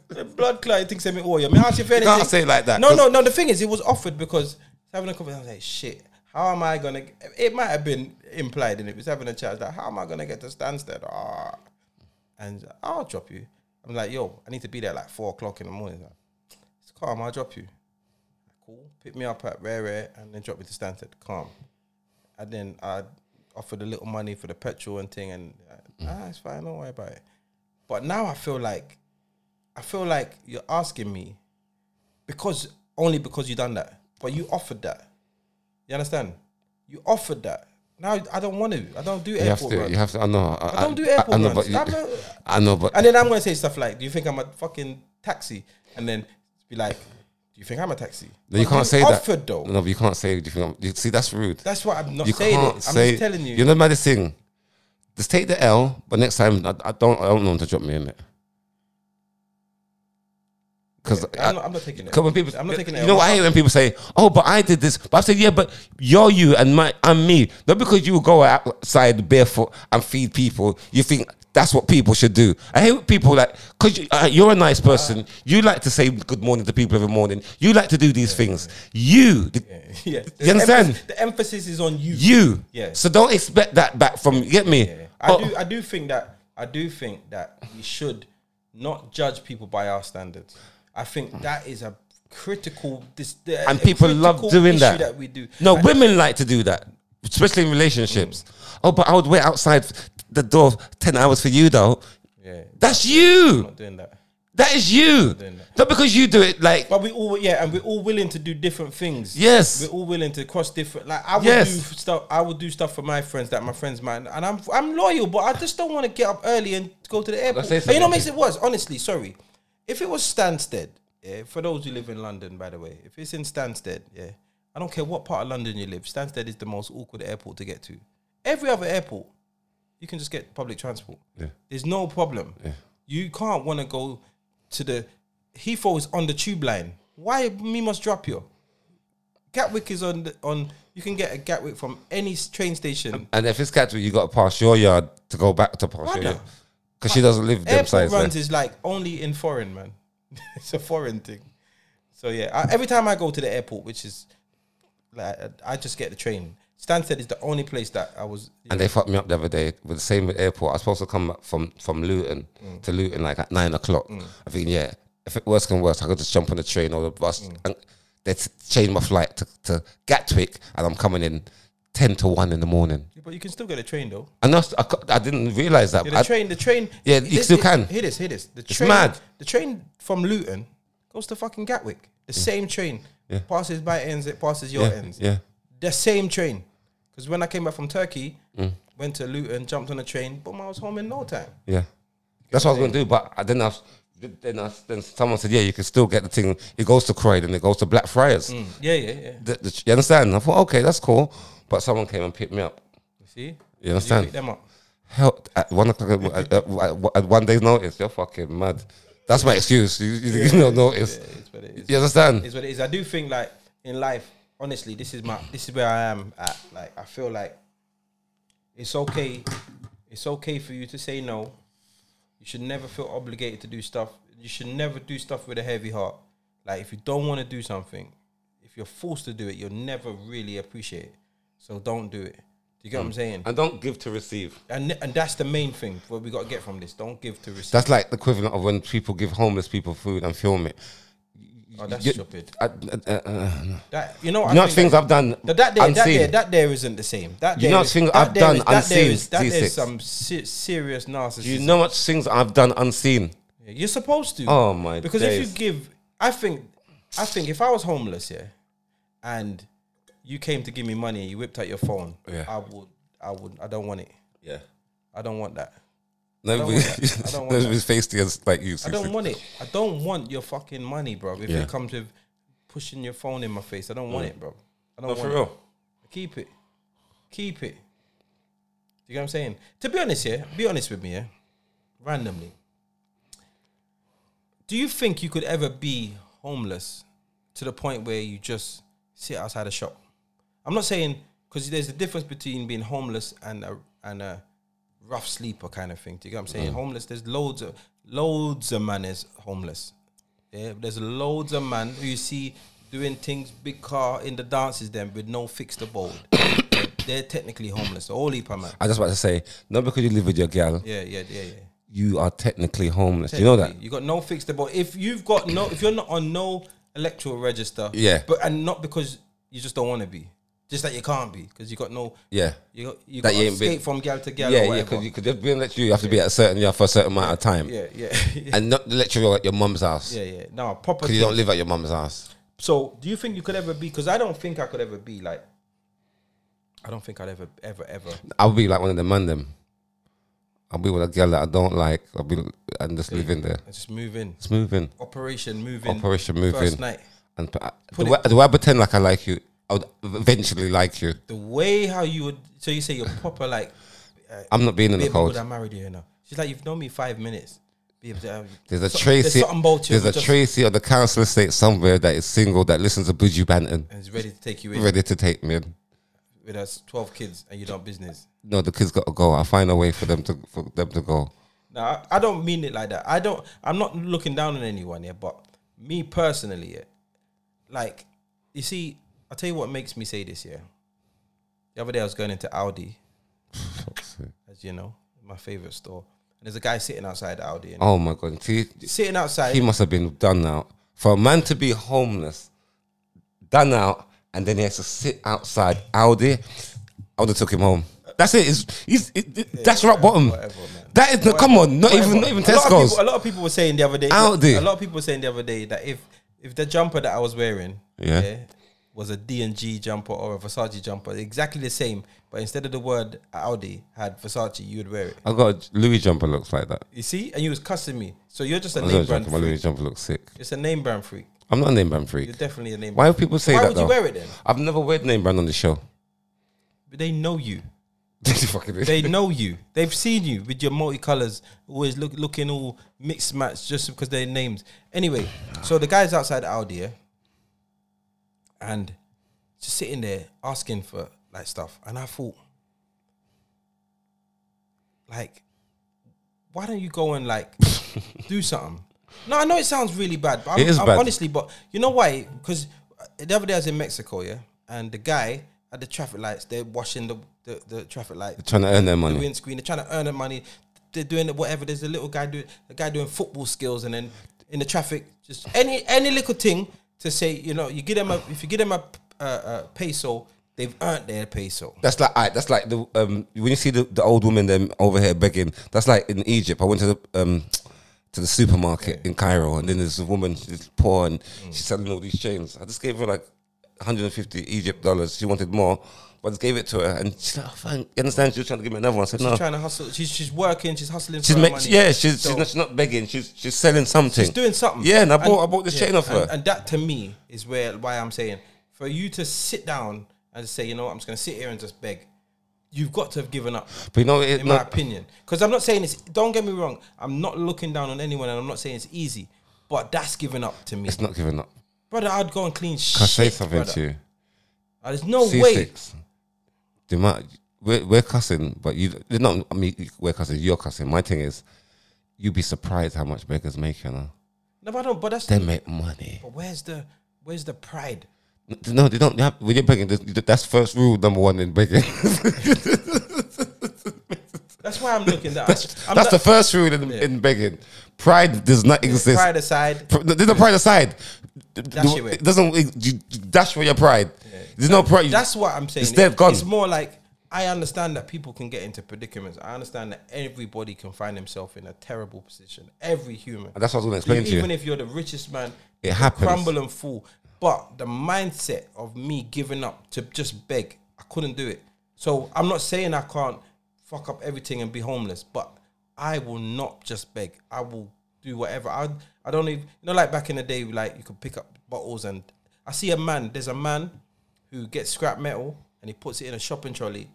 S1: The blood clot thinks I'm all. Yeah, may I ask you for anything?
S2: can't say it like that,
S1: No,
S2: 'cause-
S1: no, no. The thing is, it was offered because having a conversation. I was like, shit. How am I gonna? It might have been implied in it. Was having a chat. I was Like, how am I gonna get to Stansted? Ah, and I'll drop you. I'm like, yo, I need to be there at like four o'clock in the morning. He's Like, it's calm. I'll drop you. Cool. Pick me up at Rare Rare and then drop me to Stansted. Calm. And then I offered a little money for the petrol and thing, and uh,
S2: Mm.
S1: ah, it's fine. Don't worry about it. But now I feel like I feel like you're asking me because only because you done that, but you offered that. You understand? You offered that. Now I don't want to. I don't do
S2: You have
S1: airport
S2: to.
S1: runs.
S2: You have to. I know. I,
S1: don't do airport
S2: I know,
S1: runs.
S2: but you,
S1: I'm a-
S2: I know, but
S1: And then I'm gonna say stuff like, "Do you think I'm a fucking taxi?" And then be like, "Do you think I'm a taxi?"
S2: no, you
S1: But
S2: can't say
S1: offered
S2: that.
S1: though.
S2: No, but you can't say. You, think I'm- you see, that's rude.
S1: That's what I'm not
S2: you
S1: saying. It.
S2: can't
S1: I'm
S2: say.
S1: just telling you.
S2: You know, the maddest thing. Just take the L, but next time I, I don't. I don't want to drop me in it. Because
S1: I'm, not, I'm not taking it.
S2: Because when people,
S1: I'm not taking it.
S2: You know, what I hate when people say, "Oh, but I did this." But I said, "Yeah, but you're you and my I'm me." Not because you go outside barefoot and feed people. You think that's what people should do. I hate when people like because you, uh, you're a nice person. you like to say good morning to people every morning. You like to do these things. You, the,
S1: yeah. The
S2: you understand?
S1: emphasis- the emphasis is on you.
S2: you.
S1: Yeah.
S2: So don't expect that back from. You get me? Oh,
S1: I
S2: But-
S1: do. I do think that. I do think that we should not judge people by our standards. I think that is a critical. This the-
S2: Hmm. and
S1: a
S2: people love
S1: critical
S2: doing
S1: issue
S2: that.
S1: That we do. Mm.
S2: No,
S1: I-
S2: women like to do that, especially in relationships. Oh, but I would wait outside the door ten hours for you, though.
S1: yeah,
S2: That's you.
S1: not doing that.
S2: That is you. Not because you do it. Like
S1: But we all yeah, and we're all willing to do different things.
S2: Yes.
S1: we're all willing to cross different. Like I would
S2: Yes.
S1: do stuff. I would do stuff for my friends that my friends might. And I'm I'm loyal, but I just don't want to get up early and go to the airport.
S2: say
S1: But you know what makes
S2: something.
S1: it worse? Honestly, sorry. If it was Stansted, yeah, for those who live in London, by the way, if it's in Stansted, yeah, I don't care what part of London you live. Stansted is the most awkward airport to get to. Every other airport, you can just get public transport.
S2: Yeah.
S1: There's no problem. You can't want to go to the Heathrow is on the tube line. Why me must drop you? Gatwick is on the, on. You can get a Gatwick from any s- train station.
S2: and if it's Catherine, you got to pass your yard to go back to pass your
S1: Brother.
S2: yard because she doesn't live them
S1: Airport
S2: sides. there.
S1: runs is like only in foreign man. it's a foreign thing. So yeah, I, every time I go to the airport, which is like I I just get the train. Stansted is the only place that I was.
S2: And they fucked me up the other day with the same airport. I was supposed to come back from from Luton
S1: Mm.
S2: to Luton like at nine o'clock. I think yeah, if it worse can worse, I could just jump on the train or the bus.
S1: Mm.
S2: And they t- changed my flight to, to Gatwick, and I'm coming in ten to one in the morning.
S1: But you can still get a train though.
S2: And that's, I, cou- I didn't realize that.
S1: Yeah,
S2: I-
S1: the train, the train.
S2: Yeah, you still can.
S1: Hear this, hear this. The train,
S2: mad.
S1: The train from Luton goes to fucking Gatwick. The same train passes by ends, it passes your
S2: Mm. yeah,
S1: ends.
S2: yeah.
S1: The same train. Because when I came back from Turkey,
S2: Mm.
S1: went to Luton, jumped on a train, boom, I was home in no time.
S2: Yeah, that's what I was going to do. But I didn't have Then, I, then someone said, yeah, you can still get the thing. It goes to Croydon, it goes to Blackfriars.
S1: Mm. Yeah, yeah, yeah.
S2: The- the- you understand? I thought, okay, that's cool. But someone came and picked me up.
S1: You see?
S2: You understand?
S1: pick them up.
S2: Hell, at one o'clock, at, at, at, at one day's notice, you're fucking mad. That's my excuse. You, you, you don't notice.
S1: It's what it is.
S2: You understand?
S1: It's what it is. I do think like in life, honestly, this is my this is where I am at. Like I feel like it's okay. It's okay for you to say no. You should never feel obligated to do stuff. You should never do stuff with a heavy heart. Like if you don't want to do something, if you're forced to do it, you'll never really appreciate it. So don't do it. Do you get what I'm saying?
S2: And don't give to receive.
S1: And and that's the main thing what we got to get from this. Don't give to receive.
S2: That's like the equivalent of when people give homeless people food and film it.
S1: oh, that's
S2: you-
S1: stupid.
S2: I, I- I- I-
S1: That you know what
S2: you know what
S1: think, like-
S2: things I've done
S1: But that there, that
S2: unseen?
S1: there, that there isn't the same. That
S2: You
S1: there
S2: know
S1: is-
S2: things
S1: that
S2: I've
S1: there
S2: done
S1: is- that there
S2: unseen,
S1: is- that there's
S2: T6.
S1: some se- serious narcissism.
S2: Do you know what things I've done unseen?
S1: You're supposed to.
S2: Oh, my
S1: Because if
S2: days.
S1: you give, I think, I think if I was homeless, yeah, and you came to give me money, you whipped out your phone.
S2: Yeah.
S1: I would, I would, I don't want it.
S2: Yeah.
S1: I don't want that. want that. I don't want
S2: Nobody's feisty as like you.
S1: I don't want it. I don't want your fucking money, bro. If
S2: Yeah.
S1: it comes with pushing your phone in my face, I don't want it, bro. I
S2: No,
S1: don't want
S2: for
S1: it.
S2: real.
S1: Keep it. Keep it. Do you get what I'm saying? To be honest, yeah, be honest with me, yeah. Randomly. Do you think you could ever be homeless to the point where you just sit outside a shop? I'm not saying because there's a difference between being homeless and a and a rough sleeper kind of thing. Do you get what I'm saying? Homeless, there's loads of loads of man is homeless. Yeah, there's loads of man who you see doing things big car in the dances then with no fixed abode. they're, they're technically homeless. All heap of man.
S2: I just about to say, not because you live with your gal,
S1: Yeah, yeah, yeah, yeah.
S2: you are technically homeless. Do you know that?
S1: You got no fixed abode. If you've got no, if you're not on no electoral register,
S2: Yeah.
S1: but and not because you just don't want to be, just that you can't be because you got no,
S2: Yeah.
S1: you got you
S2: That
S1: got
S2: you
S1: to
S2: ain't been-
S1: escape from gal to gal.
S2: Yeah,
S1: or
S2: yeah,
S1: whatever.
S2: because because being let you, you have to be at a certain, yeah, for a certain amount of time,
S1: yeah, yeah, yeah,
S2: and not let you at your mum's house
S1: yeah, yeah. No, proper.
S2: 'cause you don't live at your mum's house.
S1: So, do you think you could ever be? Because I don't think I could ever be like. I don't think I'd ever, ever, ever.
S2: I'll be like one of the man them. I'll be with a girl that I don't like. I'll be and just live in there.
S1: I just move in.
S2: It's moving.
S1: Operation moving.
S2: Operation move
S1: First
S2: in.
S1: night.
S2: And p- the, way, the way I pretend like I like you, I would eventually like you.
S1: The way how you would. So you say you're proper like. Uh,
S2: I'm not being in the
S1: babe, I'm good,
S2: cold.
S1: I married you, you know. She's like, you've known me five minutes. Babe, um,
S2: There's a
S1: so-
S2: Tracy.
S1: something about you
S2: There's a
S1: just-
S2: Tracy on the council estate somewhere that is single that listens to Buju Banton,
S1: And is ready to take you in
S2: ready to take me. in.
S1: with us, twelve kids, and you don't business.
S2: No, the kids got to go. I will find a way for them to for them to go.
S1: No, I, I don't mean it like that. I don't. I'm not looking down on anyone here, but me personally, yeah, like you see, I will tell you what makes me say this. Yeah, the other day I was going into Audi,
S2: Fuck's sake.
S1: as you know, my favorite store, and there's a guy sitting outside Audi, and
S2: Oh my god, See,
S1: sitting outside.
S2: he must have been done out for a man to be homeless, done out, and then he has to sit outside Audi. I would have took him home. That's it. It's, he's, it, it- that's rock bottom.
S1: whatever, man.
S2: that is no, come on. Not even not even
S1: a lot, of
S2: Tesco's.
S1: people, a lot of people were saying the other day.
S2: Audi.
S1: A lot of people were saying the other day that if if the jumper that I was wearing,
S2: Yeah.
S1: was a D and G jumper or a Versace jumper, exactly the same, but instead of the word Audi had Versace, you would wear it.
S2: I got a Louis jumper looks like that.
S1: You see, and you was cussing me. So you're just a
S2: I
S1: name
S2: was
S1: brand
S2: joking. My
S1: freak.
S2: Louis jumper looks sick.
S1: It's a name brand freak.
S2: I'm not a name brand freak.
S1: You're definitely a name.
S2: Why
S1: brand
S2: would people say
S1: Why
S2: that
S1: would
S2: though?
S1: you wear it then?
S2: I've never wear name brand on the show.
S1: But they know you.
S2: Fucking
S1: They know you. They've seen you with your multicolors, always look looking all mixed match just because they're names. Anyway, so the guy's outside Audi, yeah? and just sitting there asking for like stuff, and I thought, like, why don't you go and like do something? No, I know it sounds really bad, but I'm,
S2: It is
S1: I'm
S2: bad.
S1: honestly, but you know why? Because the other day I was in Mexico, yeah, and the guy at the traffic lights, they're washing the the, the traffic light
S2: trying to earn their money.
S1: doing screen. They're trying to earn their money. They're doing whatever. There's a little guy doing a guy doing football skills, and then in the traffic, just any any little thing to say. You know, you give them a if you give them a, uh uh peso, they've earned their peso.
S2: That's like I, that's like the um when you see the, the old woman them over here begging. That's like in Egypt. I went to the um to the
S1: Mm.
S2: supermarket in Cairo, and then there's a woman she's poor and she's selling all these chains. I just gave her like 150 Egypt dollars. She wanted more, but I just gave it to her, and she's like, oh, fine. You understand? She was trying to give me another one. I said, no.
S1: She's trying to hustle. She's she's working. She's hustling.
S2: Oh. She's
S1: for
S2: make,
S1: her money.
S2: yeah, she's,
S1: So
S2: she's, not, she's not begging. She's she's selling something.
S1: she's doing something.
S2: Yeah, and I bought I bought this
S1: yeah,
S2: chain off her.
S1: And, and that to me is where why I'm saying for you to sit down and say, you know, what, I'm just going to sit here and just beg. You've got to have given up.
S2: but you know, it,
S1: in
S2: no,
S1: my opinion. Because I'm not saying it's. Don't get me wrong. I'm not looking down on anyone, and I'm not saying it's easy. But that's giving up to me,
S2: it's not giving up.
S1: brother. I'd go and clean shit.
S2: Can I say something
S1: brother.
S2: to you?
S1: Uh, There's no
S2: C6.
S1: way.
S2: The amount, we're, we're cussing, but you, they're not, I mean, we're cussing, you're cussing. My thing is, you'd be surprised how much beggars make, you know?
S1: No, but I don't. But that's.
S2: They make money.
S1: but where's the where's the pride?
S2: No, they don't. They have, when you're begging, th- th- that's first rule number one in begging.
S1: That's why I'm looking that.
S2: that's
S1: I'm
S2: that's the
S1: not-
S2: first rule in, in begging. Pride does not exist.
S1: pride aside.
S2: Pr- There's no pride aside.
S1: Dash it with.
S2: it doesn't you- you dash for your pride. There's no pride.
S1: That's what I'm saying.
S2: It's dead gone.
S1: It's more like I understand that people can get into predicaments. I understand that everybody can find himself in a terrible position. Every human.
S2: that's what I was going to explain to you.
S1: E- Even if you're the richest man,
S2: It
S1: you
S2: happens.
S1: crumble and fall. But the mindset of me giving up to just beg, I couldn't do it. So I'm not saying I can't fuck up everything and be homeless, but I will not just beg. I will do whatever. I I don't even you know like back in the day, like you could pick up bottles and I see a man. There's a man who gets scrap metal and he puts it in a shopping trolley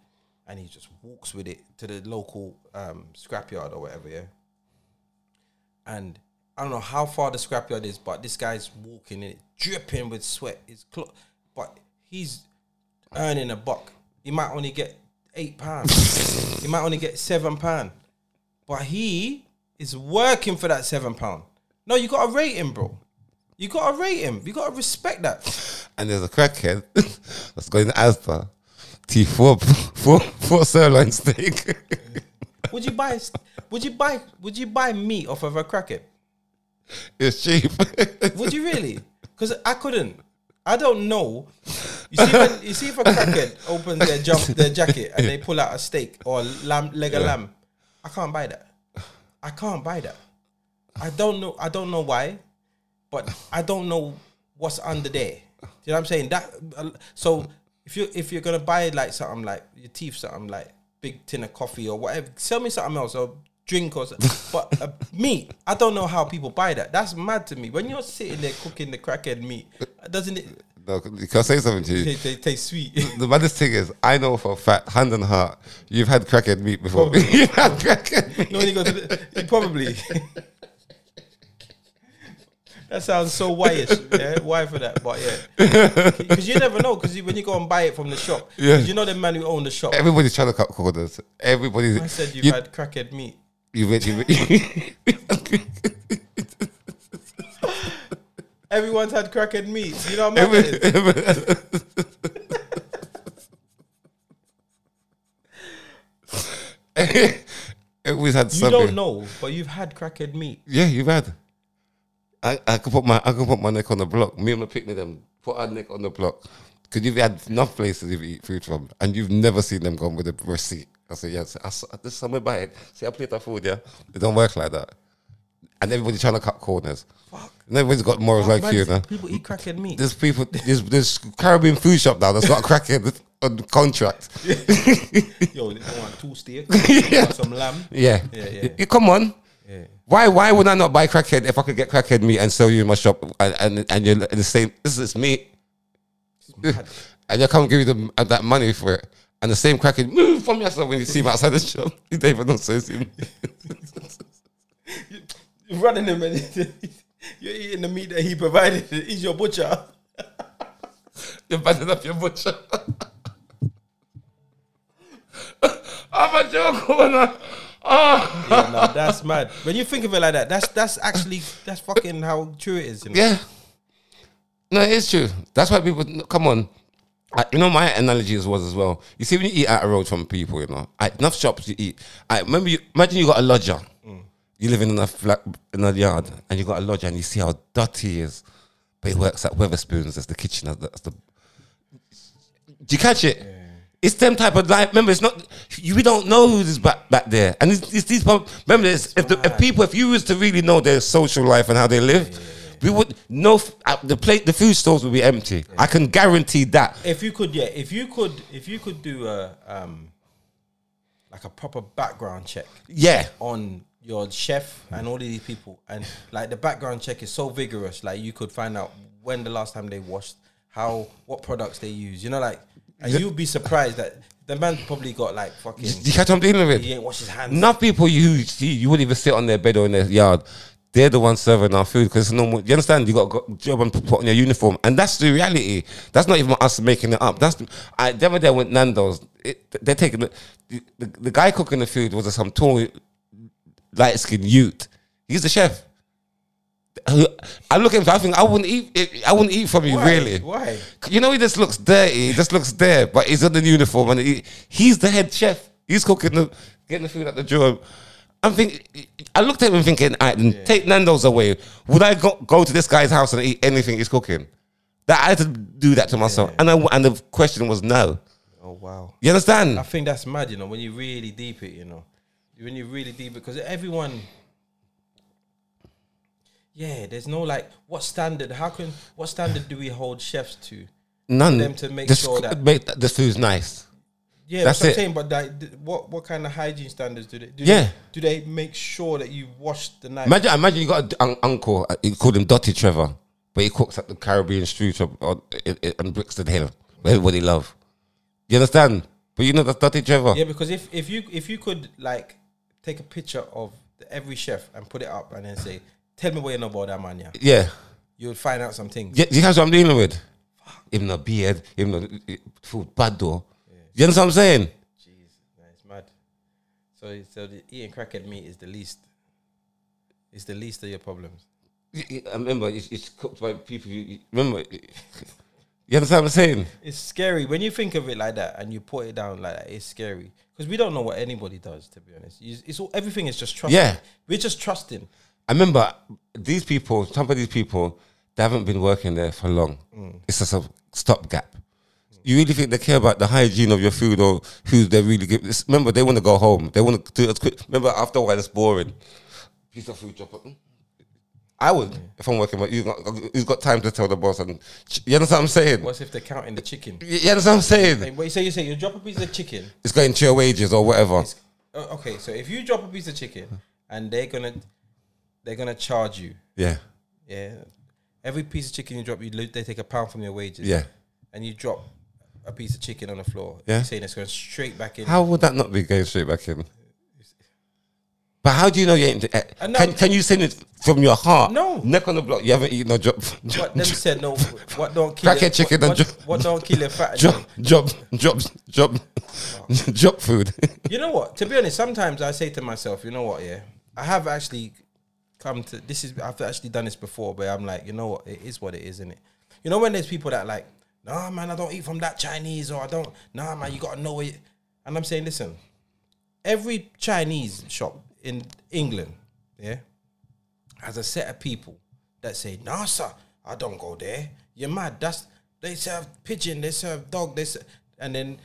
S1: and he just walks with it to the local um, scrapyard or whatever. Yeah and I don't know how far the scrapyard is, but this guy's walking in it, dripping with sweat. His clo- but he's earning a buck. He might only get eight pounds. he might only get seven pound, but he is working for that seven pound. No, you gotta rate him, bro. You gotta rate him. You gotta respect that.
S2: and there's a crackhead that's got an Asda T four four four sirloin steak.
S1: Would you buy? Would you buy? Would you buy meat off of a crackhead?
S2: it's cheap.
S1: Would you really? Because I couldn't. I don't know. You see, when, you see if a crackhead opens their jump, their jacket and they pull out a steak or a lamb, leg of lamb. I can't buy that. I can't buy that. I don't know. I don't know why, but I don't know what's under there. Do you know what I'm saying? That uh, so if you if you're gonna buy like something like your teeth, something like big tin of coffee or whatever, sell me something else or drink or something. but uh, meat, I don't know how people buy that. That's mad to me. When you're sitting there cooking the crackhead meat, doesn't it
S2: no, can I say something to you?
S1: taste, taste, taste sweet?
S2: The baddest thing is, I know for a fact, hand and heart, you've had crackhead meat before. you've had crackhead meat.
S1: No, when you go to the, you probably. that sounds so why-ish. Yeah, why for that? But yeah, because you never know. Because when you go and buy it from the shop, 'cause
S2: Yeah.
S1: you know the man who owned the shop.
S2: Everybody's trying to cut corners. Everybody's.
S1: I said you've
S2: you,
S1: had crackhead meat.
S2: You've, you've,
S1: Everyone's had crackhead meat. You know what I mean?
S2: everybody's had
S1: You
S2: something.
S1: don't know, but you've had crackhead meat.
S2: Yeah, you've had. I, I could put my I could put my neck on the block. Me and my picnic them put our neck on the block. Because you've had enough places you've eaten food from, and you've never seen them gone with a receipt. I said, yes, I saw, this somewhere buy it. See, I played that food, yeah. It don't work like that. And everybody's trying to cut corners. Fuck. And everybody's got morals like
S1: Man,
S2: you, now.
S1: People eat crackhead meat.
S2: There's people, there's, there's Caribbean food shop now that's not cracking on contract.
S1: Yo, they want two steaks, they want some lamb.
S2: Yeah.
S1: Yeah, yeah.
S2: You- you- come on.
S1: Yeah.
S2: Why why would I not buy crackhead if I could get crackhead meat and sell you in my shop and and, and you're the same this is meat and you come give you the, uh, that money for it and the same crackhead move from yourself when you see him outside the shop you don't even know so him
S1: You're running him, and you're eating the meat that he provided. He's your butcher.
S2: you're banding up your butcher I'm a joke corner ah
S1: yeah, no, that's mad. When you think of it like that, that's that's actually that's fucking how true it is. You know?
S2: Yeah. No, it's true. That's why people no, come on. I, you know, my analogy is was as well. You see, when you eat out a road from people, you know, at enough shops you eat. I remember you imagine you got a lodger. You live in a flat in a yard, and you got a lodger, and you see how dirty he is. But he works at Weatherspoons as the kitchen. As the, as the, do you catch it? It's them type of life. Remember, it's not you. We don't know who's back back there, and it's, it's these. prob- Remember, it's, if, the, if people, if you was to really know their social life and how they live, We would no f- uh, the plate. The food stores would be empty. I can guarantee that.
S1: If you could, yeah, if you could, if you could do a um, like a proper background check
S2: Yeah,
S1: on your chef and all of these people, and like the background check is so vigorous, like you could find out when the last time they washed, how what products they use, you know, like, and you'd be surprised that the man's probably got like fucking
S2: you catch what I'm dealing with.
S1: he ain't washed his hands.
S2: Enough people you see, you wouldn't even sit on their bed or in their yard. They're the ones serving our food because it's normal. You understand? You got a job and put on your uniform, and that's the reality. That's not even us making it up. That's the, I, the other day I went Nando's. It, they're taking the, the, the guy cooking the food was some tall, light skinned youth. He's the chef. I look at him. I think I wouldn't eat. I wouldn't eat from you,
S1: Why?
S2: really.
S1: Why?
S2: You know, he just looks dirty. He just looks there, but he's in the uniform and he, he's the head chef. He's cooking the getting the food at the job. I'm thinking. I looked at him thinking, I then take Nando's away. Would I go, go to this guy's house and eat anything he's cooking? That I had to do that to myself, and I w and the question was no.
S1: Oh wow.
S2: You understand?
S1: I think that's mad, you know, when you really deep it, you know, when you really deep it, because everyone, yeah, there's no like, what standard? How can what standard do we hold chefs to?
S2: None.
S1: them to make
S2: Just
S1: sure that-
S2: make the food's nice.
S1: Yeah,
S2: That's
S1: that's, what
S2: it.
S1: I'm saying. But like, th- what what kind of hygiene standards do they? Do
S2: Yeah.
S1: They, do they make sure that you wash the knife?
S2: Imagine, imagine you got an uncle. uh, You called him Dotty Trevor, but he cooks at the Caribbean Street on, on, in- in Brixton Hill, where everybody love. You understand? But you know that's Dotty Trevor.
S1: yeah, because if if you if you could like take a picture of the- every chef and put it up and then say, tell me what you know about that man, yeah,
S2: Yeah.
S1: you would find out some things.
S2: yeah. You know what I'm dealing with? Him no beard, him no eh, food bad though. You understand what I'm saying?
S1: Jeez, nah, it's mad. So, so the eating crackhead meat is the least. It's the least of your problems.
S2: Y- y- I remember it's, it's cooked by people. You, you- remember? You understand what I'm saying?
S1: It's scary when you think of it like that and you put it down like that. It's scary because we don't know what anybody does. To be honest, You- it's all, everything is just trusting.
S2: Yeah.
S1: we're just trusting.
S2: I remember these people, some of these people, they haven't been working there for long. It's just a stopgap. You really think they care about the hygiene of your food or who they really give? This, remember, they want to go home. They want to do it as quick. Remember, after a while, it's boring. Piece of food drop. it. I would, if I'm working, but who's got, who's got time to tell the boss? And you understand what I'm saying?
S1: What's if they're counting the chicken?
S2: You you understand what I'm saying?
S1: Like, what you say? You say you drop a piece of chicken.
S2: It's going to your wages or whatever.
S1: It's, uh, okay, so if you drop a piece of chicken and they're gonna they're gonna charge you.
S2: Yeah,
S1: Yeah, every piece of chicken you drop, you lo- they take a pound from your wages.
S2: yeah.
S1: and you drop a piece of chicken on the floor,
S2: Yeah.
S1: you're saying it's going straight back in.
S2: How would that not be going straight back in? But how do you know you ain't? eh,
S1: I know.
S2: Can, can you send it from your heart?
S1: No.
S2: Neck on the block. You haven't eaten no job.
S1: What
S2: Job.
S1: them said no. What don't kill
S2: Crackhead
S1: your,
S2: chicken
S1: What,
S2: and
S1: what, what don't kill your fat.
S2: Job. Job. Job. Job. Job food.
S1: You know what? To be honest, sometimes I say to myself, you know what? Yeah, I have actually come to this is I've actually done this before, but I'm like, you know what? It is what it is, isn't it? You know when there's people that like, nah, man, I don't eat from that Chinese, or I don't, nah, man, you gotta know it. And I'm saying, listen, every Chinese shop in England, yeah, has a set of people that say, nah, sir, I don't go there. You're mad. That's they serve pigeon, they serve dog, they serve, and then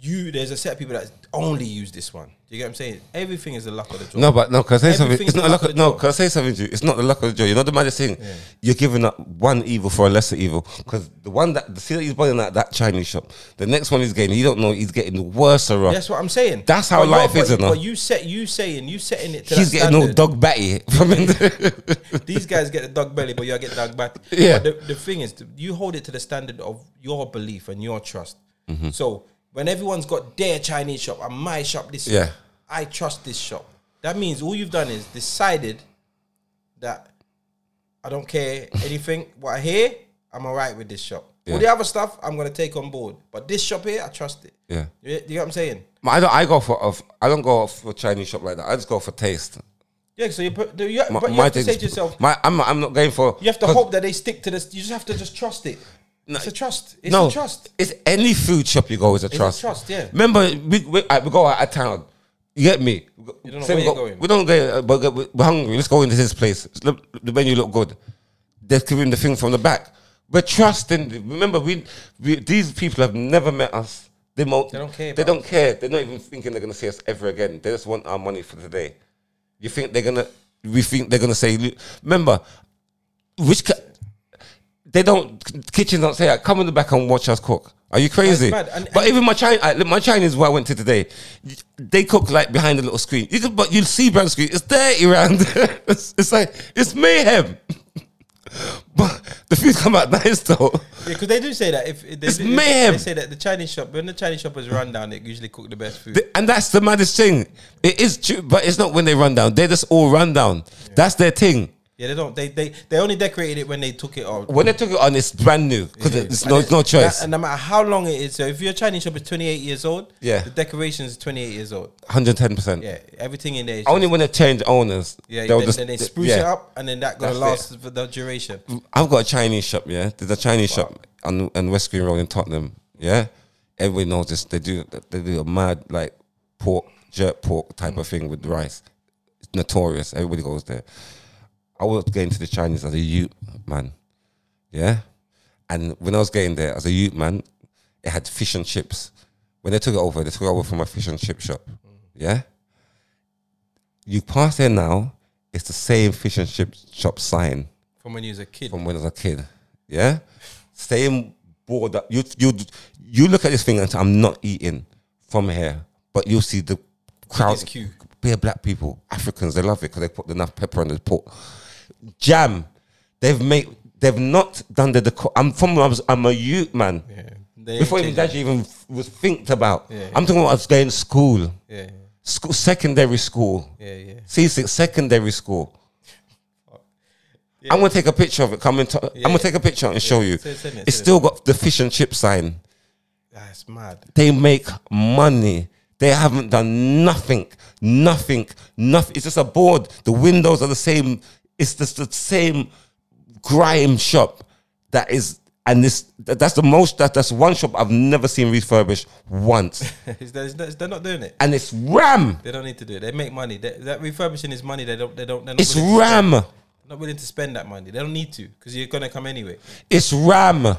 S1: you there's a set of people that only use this one. Do you get what I'm saying? Everything is the luck of the draw.
S2: No, but no. Can I say something?
S1: Everything's
S2: It's not
S1: the
S2: a luck.
S1: luck
S2: Of,
S1: of the
S2: no,
S1: draw.
S2: can I say something to you? It's not the luck of the draw. You know the magic thing. You're giving up one evil for a lesser evil because the one that the see that he's buying at that Chinese shop, the next one he's getting, you don't know he's getting the worse or
S1: That's what I'm saying.
S2: That's how
S1: But you're-
S2: life is,
S1: but,
S2: you know.
S1: But you set you saying you setting it to
S2: He's
S1: that
S2: getting no
S1: standard.
S2: dog batty from in the-
S1: These guys get the dog belly, but you get dog back.
S2: Yeah.
S1: But the, the thing is, you hold it to the standard of your belief and your trust.
S2: Mm-hmm.
S1: So when everyone's got their Chinese shop and my shop, this
S2: Yeah.
S1: shop, I trust this shop. That means all you've done is decided that I don't care anything. what I hear, I'm alright with this shop. All
S2: Yeah.
S1: the other stuff, I'm gonna take on board. But this shop here, I trust it.
S2: Yeah.
S1: You, you get what I'm saying?
S2: I don't. I go for. Of, I don't go for Chinese shop like that. I just go for taste.
S1: Yeah. So you put, you,
S2: My,
S1: but you
S2: my
S1: have to
S2: thing
S1: say
S2: is-
S1: to yourself,
S2: My, I'm. I'm not going for.
S1: You have to
S2: 'cause
S1: hope that they stick to this. You just have to just trust it. it's a trust. It's
S2: no,
S1: a trust.
S2: It's any food shop you go is a
S1: a
S2: trust.
S1: trust, yeah.
S2: Remember, we we, uh, we go out of town. You get me? You
S1: don't know where
S2: we,
S1: you're
S2: go-
S1: going.
S2: we don't go, uh, but we- we're hungry. Let's go into this place. Look, The menu look good. They're giving the thing from the back. We're trusting. Remember, we, we these people have never met us. They, mo-
S1: They don't care
S2: They
S1: about
S2: don't care. They're not even thinking they're gonna see us ever again. They just want our money for today. You think they're gonna? We think they're gonna say. "Look," Remember, which ki- they don't kitchens don't say that. Come in the back and watch us cook. Are you crazy?
S1: mad. And-
S2: but even my Chinese, my Chinese where I went to today, they cook like behind a little screen. You can, but you'll see behind the screen. It's dirty round. it's, it's like it's mayhem. but the food come out nice though.
S1: because they do say that if, if they,
S2: It's
S1: if- if
S2: mayhem.
S1: they say that the Chinese shop when the Chinese shop is run down, they usually cook the best food.
S2: Th- And that's the maddest thing. It is true, but it's not when they run down. They're just all run down. That's their thing.
S1: yeah, they don't. They, they they only decorated it when they took it off.
S2: When they took it on, it's brand new because it's no, it's no choice.
S1: And no matter how long it is, so if your Chinese shop is 28 years old,
S2: Yeah.
S1: the decorations is 28 years old.
S2: Hundred ten percent.
S1: Yeah, everything in there. Is
S2: Only when they change owners.
S1: yeah,
S2: they'll
S1: then, then they spruce it
S2: yeah.
S1: up, and then that gonna
S2: That's Mm.
S1: last for the duration.
S2: I've got a Chinese shop, yeah. There's a Chinese shop on, on West Green Road in Tottenham, yeah. Everybody knows this. They do they do a mad like pork jerk pork type of thing with rice. It's notorious. Everybody goes there. I was getting to the Chinese as a youth man, yeah. And when I was getting there as a youth man, it had fish and chips. When they took it over, they took it over from a fish and chip shop, yeah. You pass there now, it's the same fish and chip shop sign
S1: From when you was a kid,
S2: from when I was a kid. Yeah, same board. That you you you look at this thing and say, I'm not eating from here, but you see the crowd.
S1: It's cute.
S2: Be black people, Africans. They love it because they put enough pepper on the pork. Jam. They've made. They've not done the. Deco- I'm from. I was, I'm a youth man.
S1: yeah. They
S2: Before even
S1: ain't
S2: that, you even was thinked about.
S1: Yeah.
S2: I'm talking about I was going to school,
S1: changing. yeah,
S2: school, secondary school.
S1: yeah, yeah.
S2: C6 secondary school. I'm gonna take a picture of it. Come and t- I'm gonna take a picture and show you.
S1: Send- send it,
S2: it's
S1: send it.
S2: still got the fish and chip sign.
S1: That's mad.
S2: They make money. They haven't done nothing, nothing, nothing. It's just a board. The windows are the same. It's just the same grime shop that is, and this that- that's the most that that's one shop I've never seen refurbished once,
S1: It's- they're, it's- they're not doing it.
S2: and it's ram.
S1: They don't need to do it. They make money. They, that refurbishing is money. They don't. They don't. They're not
S2: It's
S1: willing to spend-
S2: ram.
S1: Not willing to spend that money. They don't need to because you're gonna come anyway.
S2: It's ram.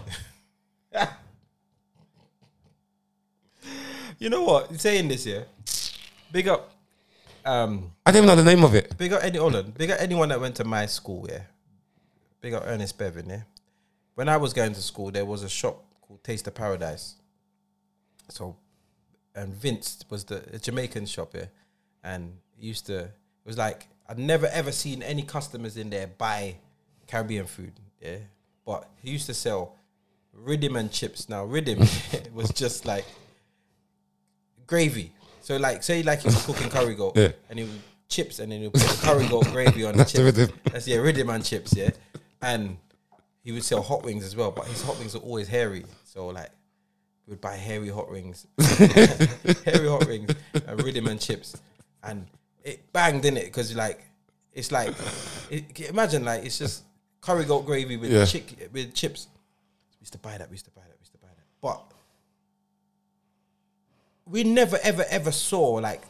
S1: You know what? Saying this, yeah. Big up, um,
S2: I don't even know the name of it.
S1: big up any hold on, big up anyone that went to my school, yeah. Big up Ernest Bevin, yeah. When I was going to school, there was a shop called Taste of Paradise. So, and Vince was the a Jamaican shop, yeah, and he used to. It was like I'd never ever seen any customers in there buy Caribbean food, yeah. But he used to sell rhythm and chips. Now rhythm was just like gravy. So like say like he was cooking curry goat
S2: Yeah.
S1: and he would chips and then he'll put the curry goat gravy on
S2: That's
S1: the chips.
S2: the rhythm.
S1: That's yeah, rhythm and chips, yeah. And he would sell hot wings as well, but his hot wings are always hairy. So like we'd buy hairy hot rings. hairy hot rings and rhythm and chips. And it banged in it because like it's like it, imagine like it's just curry goat gravy with
S2: Yeah.
S1: chick with chips. We used to buy that. We used to buy that. We used to buy that. But we never, ever, ever saw like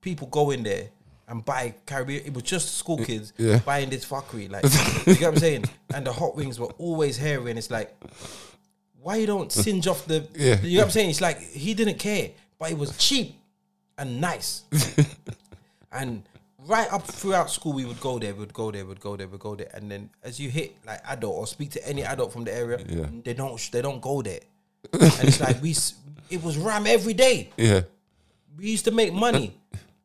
S1: people go in there and buy Caribbean. It was just school kids
S2: Yeah.
S1: buying this fuckery. Like, you get what I'm saying? And the hot wings were always hairy, and it's like, why you don't singe off the?
S2: Yeah.
S1: You know what I'm saying? It's like he didn't care, but it was cheap and nice. And right up throughout school, we would go there, we would go there, we would go there, we would go there. And then as you hit like adult or speak to any adult from the area,
S2: Yeah.
S1: they don't they don't go there. and it's like we, s- it was ram every day.
S2: Yeah.
S1: We used to make money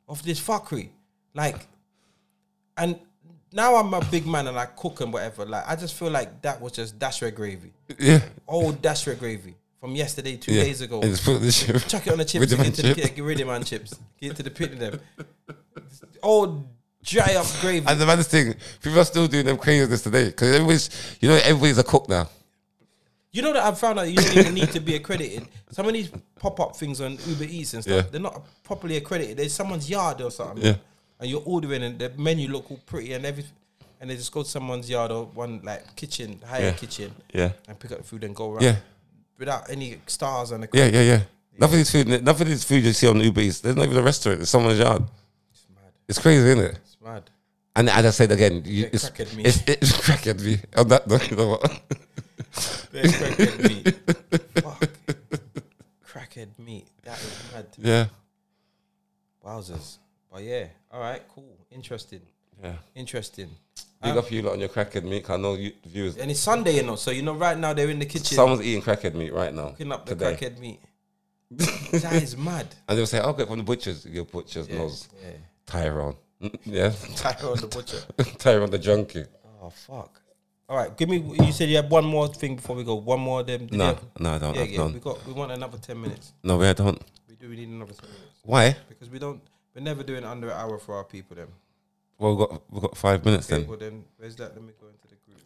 S1: off this fuckery, like, and now I'm a big man and I cook and whatever. Like I just feel like that was just dash red gravy,
S2: Yeah.
S1: old dash red gravy from yesterday, two days ago.
S2: And just put the shit.
S1: Chuck it on the chips.
S2: With the
S1: Get,
S2: man
S1: to the,
S2: chips.
S1: get rid of man chips. Get to the pit of them. Old dry up gravy.
S2: And the maddest thing, people are still doing them craziness today because everybody's, you know, everybody's a cook now.
S1: you know that I've found out you don't even need to be accredited. Some of these pop up things on Uber Eats and stuff,
S2: Yeah.
S1: they're not properly accredited. There's someone's yard or something.
S2: Yeah.
S1: And you're ordering and the menu look all pretty and everything. And they just go to someone's yard or one like kitchen, higher
S2: Yeah.
S1: kitchen,
S2: Yeah.
S1: and pick up the food and go around
S2: Yeah.
S1: without any stars and the
S2: Yeah. Yeah. Yeah. Nothing is food. Nothing is food you see on Uber Eats. There's not even a restaurant. It's someone's yard.
S1: It's mad.
S2: It's crazy, isn't it?
S1: It's mad.
S2: And as I said again, you,
S1: It
S2: it's,
S1: crackered me.
S2: it's it's cracking me. On that note, you know what?
S1: They're crackhead meat. Fuck. Crackhead meat. That is mad to me.
S2: Yeah.
S1: Wowzers. But yeah. All right. Cool. Interesting.
S2: Yeah.
S1: Interesting.
S2: Big up you lot on your crackhead meat. 'cause I know you viewers.
S1: And it's Sunday, you know. So you know, right now they're in the kitchen
S2: Someone's eating crackhead meat right now.
S1: cooking up the
S2: today.
S1: crackhead meat. that is mad.
S2: And they'll say, I'll get it from the butcher's. Your butcher's knows. Tyrone. Mm, Yeah.
S1: Tyrone the butcher.
S2: Tyrone the junkie.
S1: Oh fuck! All right, give me. You said you had one more thing before we go. One more of them.
S2: No,
S1: yeah,
S2: no, I don't.
S1: yeah,
S2: I've
S1: yeah.
S2: done.
S1: We got. We want another ten minutes.
S2: No, we don't.
S1: We do. We need another ten minutes
S2: Why?
S1: because we don't. We're never doing under an hour for our people. Then.
S2: Well, we've got, we've got five minutes
S1: Okay,
S2: then.
S1: well then, where's that? Let me go into the group.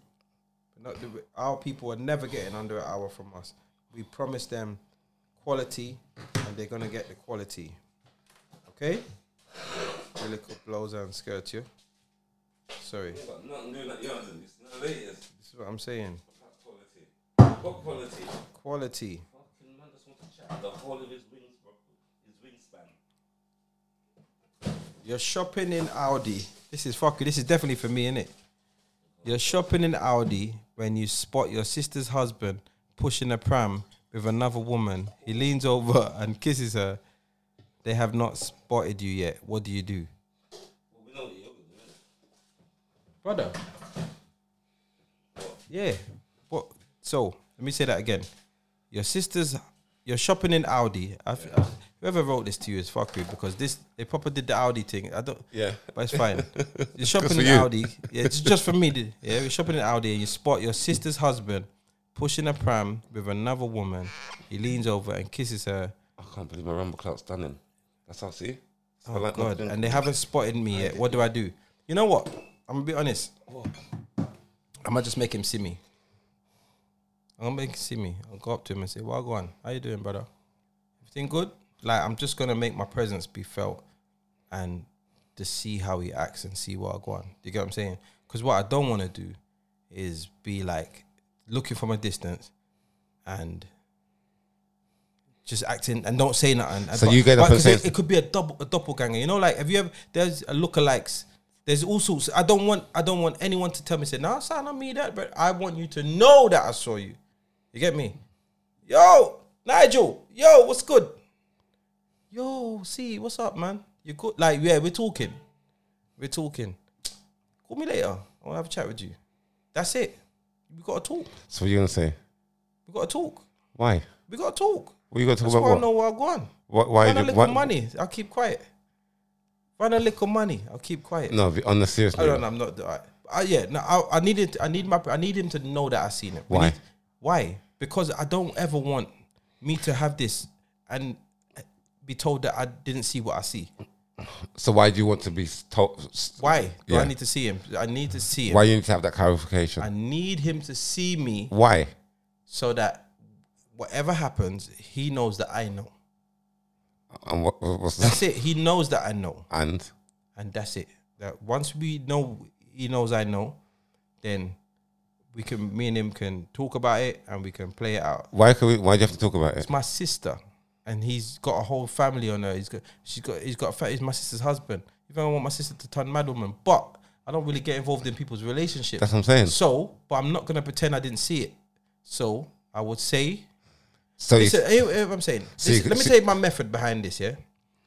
S1: We're Not the, our people are never getting under an hour from us. We promise them quality, and they're gonna get the quality. Okay. Lyrical blows and skirt you. Sorry, this is what I'm saying.
S2: What quality?
S1: Quality.
S2: Fucking man just wants to chat the whole of his wings, bro. His wingspan.
S1: You're shopping in Audi. This is fuck. This is definitely for me, innit? You're shopping in Audi when you spot your sister's husband pushing a pram with another woman. He leans over and kisses her. They have not spotted you yet. What do you do,
S2: Well, we know what you're doing.
S1: brother? Yeah. What? So let me say that again. Your sister's. You're shopping in Audi. I, f- I- whoever wrote this to you is fuckery because this they proper did the Audi thing. I don't.
S2: Yeah.
S1: But it's fine.
S2: for
S1: You're shopping in
S2: you.
S1: Audi. Yeah, it's just for me. dude. Yeah, you're shopping in Audi and you spot your sister's husband pushing a pram with another woman. He leans over and kisses her.
S2: I can't believe my rumble clock's done in. That's how I see. So
S1: Oh,
S2: like
S1: God.
S2: nothing.
S1: And they haven't spotted me yet. What do I do? You know what? I'm going to be honest. I might just make him see me. I'm going to make him see me. I'll go up to him and say, well, go on. How you doing, brother? Everything good? Like, I'm just going to make my presence be felt and to see how he acts and see what I go on. Do you get what I'm saying? Because what I don't want to do is be like looking from a distance and just acting and don't say nothing.
S2: So you get up and
S1: 'cause
S2: say-
S1: it, it could be a double a doppelganger. You know, like have you ever? There's a lookalikes. There's all sorts. I don't want I don't want anyone to tell me say, "Nah, son, not me that." But I want you to know that I saw you. You get me? Yo, Nigel. Yo, what's good? Yo, see, what's up, man? You good? Like, yeah, we're talking. We're talking. Call me later. I want to have a chat with you. That's it. We gotta talk.
S2: So what are you going to say?
S1: We gotta talk.
S2: Why?
S1: We gotta talk.
S2: What are you going to talk
S1: That's why I
S2: about?
S1: know
S2: What?
S1: where I'm going.
S2: What- Why?
S1: Run a
S2: did-
S1: little
S2: what-
S1: money. I'll keep quiet. Run a little money. I'll keep quiet.
S2: No, be- on the serious
S1: I
S2: note.
S1: don't know. I'm not. I, I, yeah. No. I, I needed. I need my. I need him to know that I seen it. We
S2: Why?
S1: need- why? Because I don't ever want me to have this and be told that I didn't see what I see.
S2: So why do you want to be told?
S1: Why do
S2: Yeah.
S1: I need to see him? I need to see him.
S2: Why you need to have that clarification?
S1: I need him to see me
S2: why?
S1: so that whatever happens, he knows that I know.
S2: And what, what- what's that?
S1: That's it. He knows that I know.
S2: And
S1: and that's it. That once we know he knows I know, then we can me and him can talk about it and we can play it out.
S2: why can we? Why do you have to talk about it?
S1: It's my sister, and he's got a whole family on her. He's got she's got he's got a fa- he's my sister's husband. Even I want my sister to turn mad woman, but I don't really get involved in people's relationships.
S2: That's what I'm saying.
S1: So, but I'm not gonna pretend I didn't see it. So I would say
S2: So you,
S1: Listen, hear- hear eh, what I'm saying.
S2: So you
S1: Listen,
S2: c-
S1: let me
S2: so-
S1: tell you my method behind this, yeah?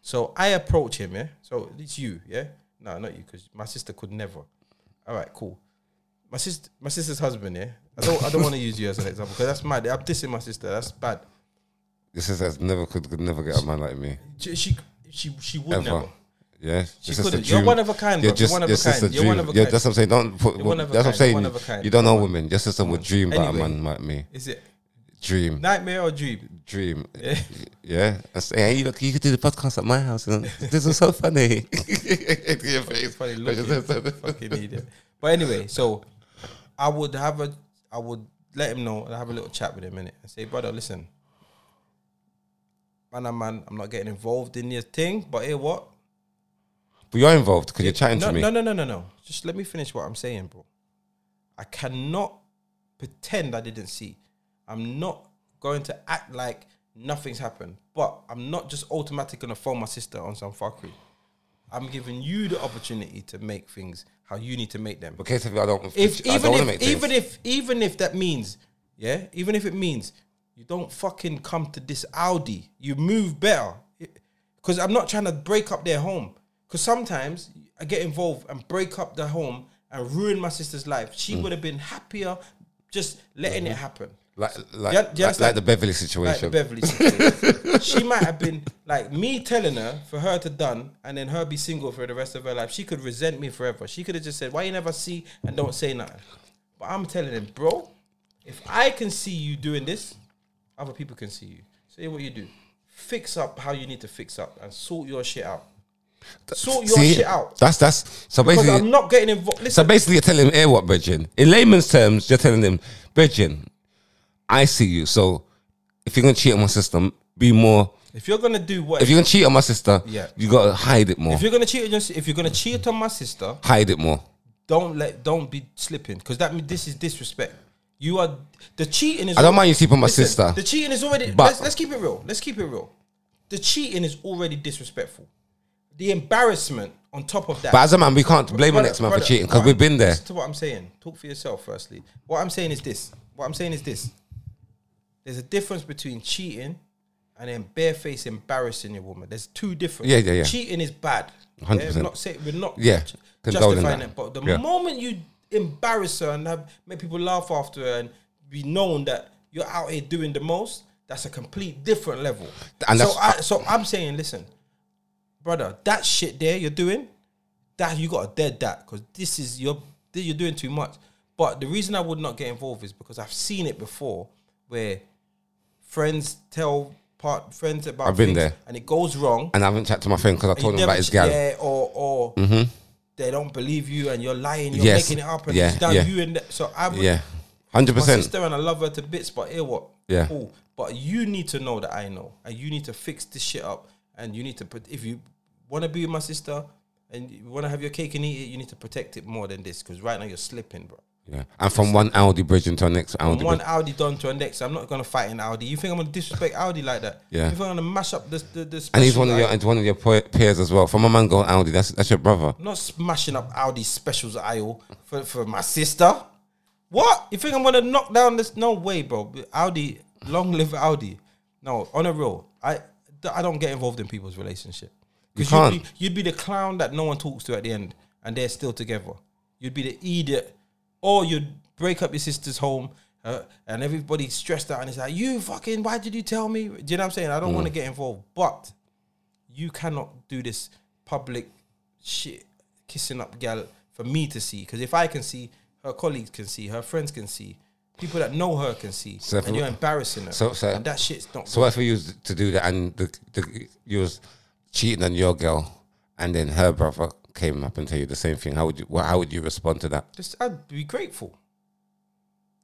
S1: So I approach him, yeah? So it's you, yeah? No, not you, because my sister could never. All right, cool. My sister, my sister's husband, yeah? I don't, I don't want to use you as an example because that's mad. I'm dissing my sister. That's bad.
S2: this is that's never could, could never get a man like me
S1: She, she, she, she would
S2: ever.
S1: never.
S2: Yeah,
S1: She
S2: this is a
S1: couldn't. You're
S2: dream.
S1: one of a kind,
S2: You're
S1: bro. You're
S2: just,
S1: one of
S2: you're
S1: a
S2: just
S1: kind.
S2: a
S1: You're
S2: dream.
S1: one of a
S2: Yeah,
S1: kind.
S2: that's what I'm saying. Don't put.
S1: You're one of a
S2: that's what I'm
S1: kind.
S2: saying.
S1: You're one of a kind.
S2: You don't know
S1: Come on.
S2: women. Your sister would dream about a
S1: Anyway.
S2: man like me.
S1: Is it
S2: Dream,
S1: nightmare or dream?
S2: dream. Yeah, I say, hey, you look, you could do the podcast at my house. And this is so funny. Your face.
S1: funny looking. fucking idiot. But anyway, so I would have a, I would let him know and have a little chat with him in it and say, brother, listen, man, I'm man, I'm not getting involved in your thing, but hey, what?
S2: But you're involved because you're chatting
S1: No,
S2: to me.
S1: no, no, no, no, no. Just let me finish what I'm saying, bro. I cannot pretend I didn't see. I'm not going to act like nothing's happened, but I'm not just automatically gonna phone my sister on some fuckery. I'm giving you the opportunity to make things how you need to make them
S2: Okay, so I don't.
S1: if
S2: I
S1: even
S2: don't want to
S1: if
S2: make things.
S1: even if even if that means yeah, even if it means you don't fucking come to this Audi, you move better. Because I'm not trying to break up their home. Because sometimes I get involved and break up the home, and ruined my sister's life, she
S2: Mm.
S1: would have been happier just letting
S2: Mm-hmm.
S1: it happen.
S2: Like, like,
S1: Yeah, yeah,
S2: like,
S1: it's like-
S2: like the Beverly
S1: Like the
S2: situation.
S1: Beverly situation. she might have been like me telling her for her to done and then her be single for the rest of her life. She could resent me forever. She could have just said, Why you never see and don't say nothing? But I'm telling him, bro, if I can see you doing this, other people can see you. So here's what you do. Fix up how you need to fix up and sort your shit out. Sort your
S2: See,
S1: shit out.
S2: that's that's so
S1: Because
S2: basically.
S1: I'm not getting involved.
S2: So
S1: Listen,
S2: basically, you're telling him, "Hey, what, Bridgin?" In layman's terms, you're telling him, "Bridgin, I see you. So if you're gonna cheat on my sister, be more.
S1: if you're gonna do what
S2: If you're gonna cheat on my sister,
S1: Yeah.
S2: you gotta hide it more.
S1: if you're gonna cheat on your, si- if you're gonna cheat on my sister,
S2: hide it more.
S1: don't let don't be slipping because that mean this is disrespect. You are the cheating is.
S2: I don't mind you cheating on my
S1: Listen,
S2: sister.
S1: The cheating is already.
S2: but-
S1: let's, let's keep it real. Let's keep it real. The cheating is already disrespectful. The embarrassment on top of that.
S2: But as a man, we can't blame an
S1: Brother,
S2: ex man for
S1: brother,
S2: cheating because
S1: what
S2: we've
S1: I'm-
S2: been there.
S1: listen To what I'm saying, talk for yourself. Firstly, what I'm saying is this. What I'm saying is this. There's a difference between cheating and then bareface embarrassing your woman. There's two different.
S2: Yeah, yeah, yeah.
S1: Cheating is bad.
S2: 100%.
S1: Yeah, not say, we're not
S2: Yeah,
S1: ju-
S2: condoning
S1: justifying
S2: that.
S1: it, but the
S2: Yeah.
S1: moment you embarrass her and have make people laugh after her and be known that you're out here doing the most, that's a complete different level.
S2: And
S1: so, I,
S2: that's-
S1: so I'm saying, listen, brother, that shit there you're doing, that you gotta dead that because this is your you're doing too much. But the reason I would not get involved is because I've seen it before where friends tell part friends about
S2: I've been
S1: things
S2: there.
S1: and it goes wrong.
S2: And I haven't chatted to my friend because I told him
S1: never
S2: about his
S1: ch-
S2: gal. Mm-hmm.
S1: Yeah, or or they don't believe you and you're lying, you're
S2: Yes.
S1: making it up and
S2: Yeah,
S1: it's done
S2: yeah.
S1: you and th- so I would
S2: Yeah, hundred
S1: my
S2: percent.
S1: sister and I love her to bits, but hear what?
S2: Yeah.
S1: Cool. But you need to know that I know, and you need to fix this shit up, and you need to put if you want to be with my sister and you want to have your cake and eat it, you need to protect it more than this because right now you're slipping, bro.
S2: Yeah, and from one Audi bridge into our next Audi
S1: One
S2: bridge.
S1: Audi done to a next. I'm not gonna fight an Audi. You think I'm gonna disrespect Audi like that?
S2: Yeah.
S1: You think I'm gonna mash up this the, the
S2: And he's
S1: special
S2: one of your
S1: I-
S2: and one of your pe- peers as well. From a man going Audi, that's that's your brother.
S1: I'm not smashing up Audi specials aisle for, for my sister. What? You think I'm gonna knock down this? No way, bro. Audi, long live Audi. No, on a real, I th- I don't get involved in people's relationship because
S2: You
S1: you
S2: can't.
S1: would be, you'd be the clown that no one talks to at the end, and they're still together. You'd be the idiot, or you'd break up your sister's home. Uh, and everybody's stressed out, and it's like, you fucking, why did you tell me? Do you know what I'm saying? I don't want
S2: Mm.
S1: to get involved, but you cannot do this public shit kissing up gal for me to see because if I can see, her colleagues can see, her friends can see, people that know her can see,
S2: So if
S1: and
S2: we-
S1: you're embarrassing her.
S2: so- so-
S1: and that shit's not.
S2: So what if you was to do that and the, the you was cheating on your girl and then her brother came up and tell you the same thing? How would you wha- how would you respond to that?
S1: just, I'd be grateful.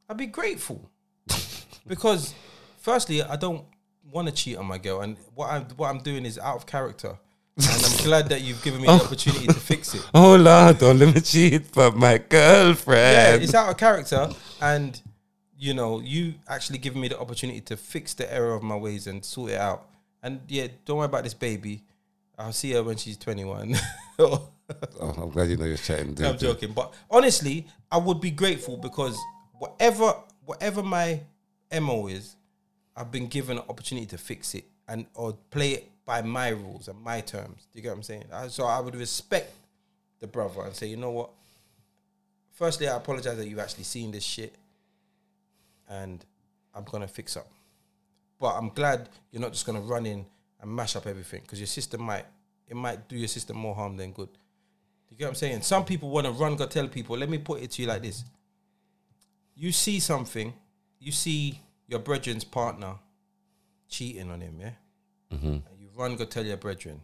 S1: I'd be grateful because, firstly, I don't want to cheat on my girl, and what I'm what I'm doing is out of character. and I'm glad that you've given me the opportunity to fix it.
S2: Oh Lord, don't let me cheat for my
S1: yeah,
S2: girlfriend.
S1: it's out of character, and you know, you actually giving me the opportunity to fix the error of my ways and sort it out. And yeah, don't worry about this baby. I'll see her when she's twenty one.
S2: oh, I'm glad you know you're chatting. dude.
S1: I'm joking, but honestly, I would be grateful because whatever whatever my mo is, I've been given an opportunity to fix it and or play it by my rules and my terms. Do you get what I'm saying? I- So I would respect the brother and say, you know what? Firstly, I apologize that you've actually seen this shit, and I'm gonna fix up. But I'm glad you're not just gonna run in and mash up everything because your system might it might do your system more harm than good. You get what I'm saying? Some people want to run, go tell people. Let me put it to you like this. You see something, you see your brethren's partner cheating on him, yeah? And you run, go tell your brethren.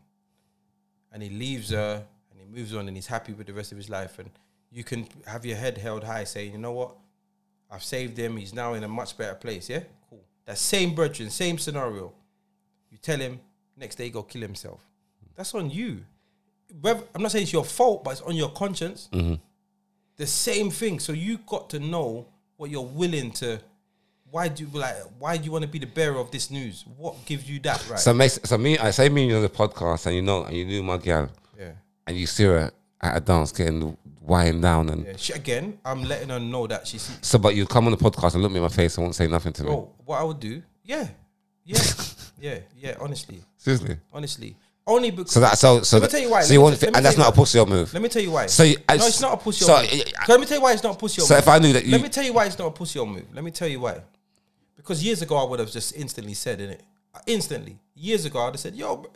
S1: And he leaves her and he moves on and he's happy with the rest of his life. And you can have your head held high saying, you know what? I've saved him. He's now in a much better place, yeah? Cool. That same brethren, same scenario. You tell him, next day he go kill himself. That's on you whether, I'm not saying it's your fault, but it's on your conscience. The same thing. So you got to know what you're willing to. Why do you like? Why do you want to be the bearer of this news? What gives you that right?
S2: So, makes, so me, I say me and you on the podcast, and you know, and you knew my girl,
S1: yeah.
S2: and you see her at a dance getting wind down, and
S1: yeah. She, again, I'm letting her know that she's.
S2: so, but you come on the podcast and look me in my face and won't say nothing to me.
S1: Bro, what I would do? Yeah, yeah, yeah, yeah. Honestly,
S2: Seriously,
S1: honestly. Only because
S2: So that so so
S1: Let me
S2: that-
S1: tell you why.
S2: So you
S1: Let me
S2: won't
S1: t-
S2: fit,
S1: let me
S2: and that's
S1: tell you
S2: not a pussy move.
S1: let me tell you why.
S2: So you- I
S1: no,
S2: s-
S1: it's not a pussy
S2: so
S1: move.
S2: I-
S1: let me tell you why it's not a pussy
S2: So
S1: move.
S2: if I knew that
S1: Let me
S2: you,
S1: tell you why it's not a pussy old move. Let me tell you why. Because years ago I would have just instantly said in it. Instantly. Years ago I'd have said, yo, br-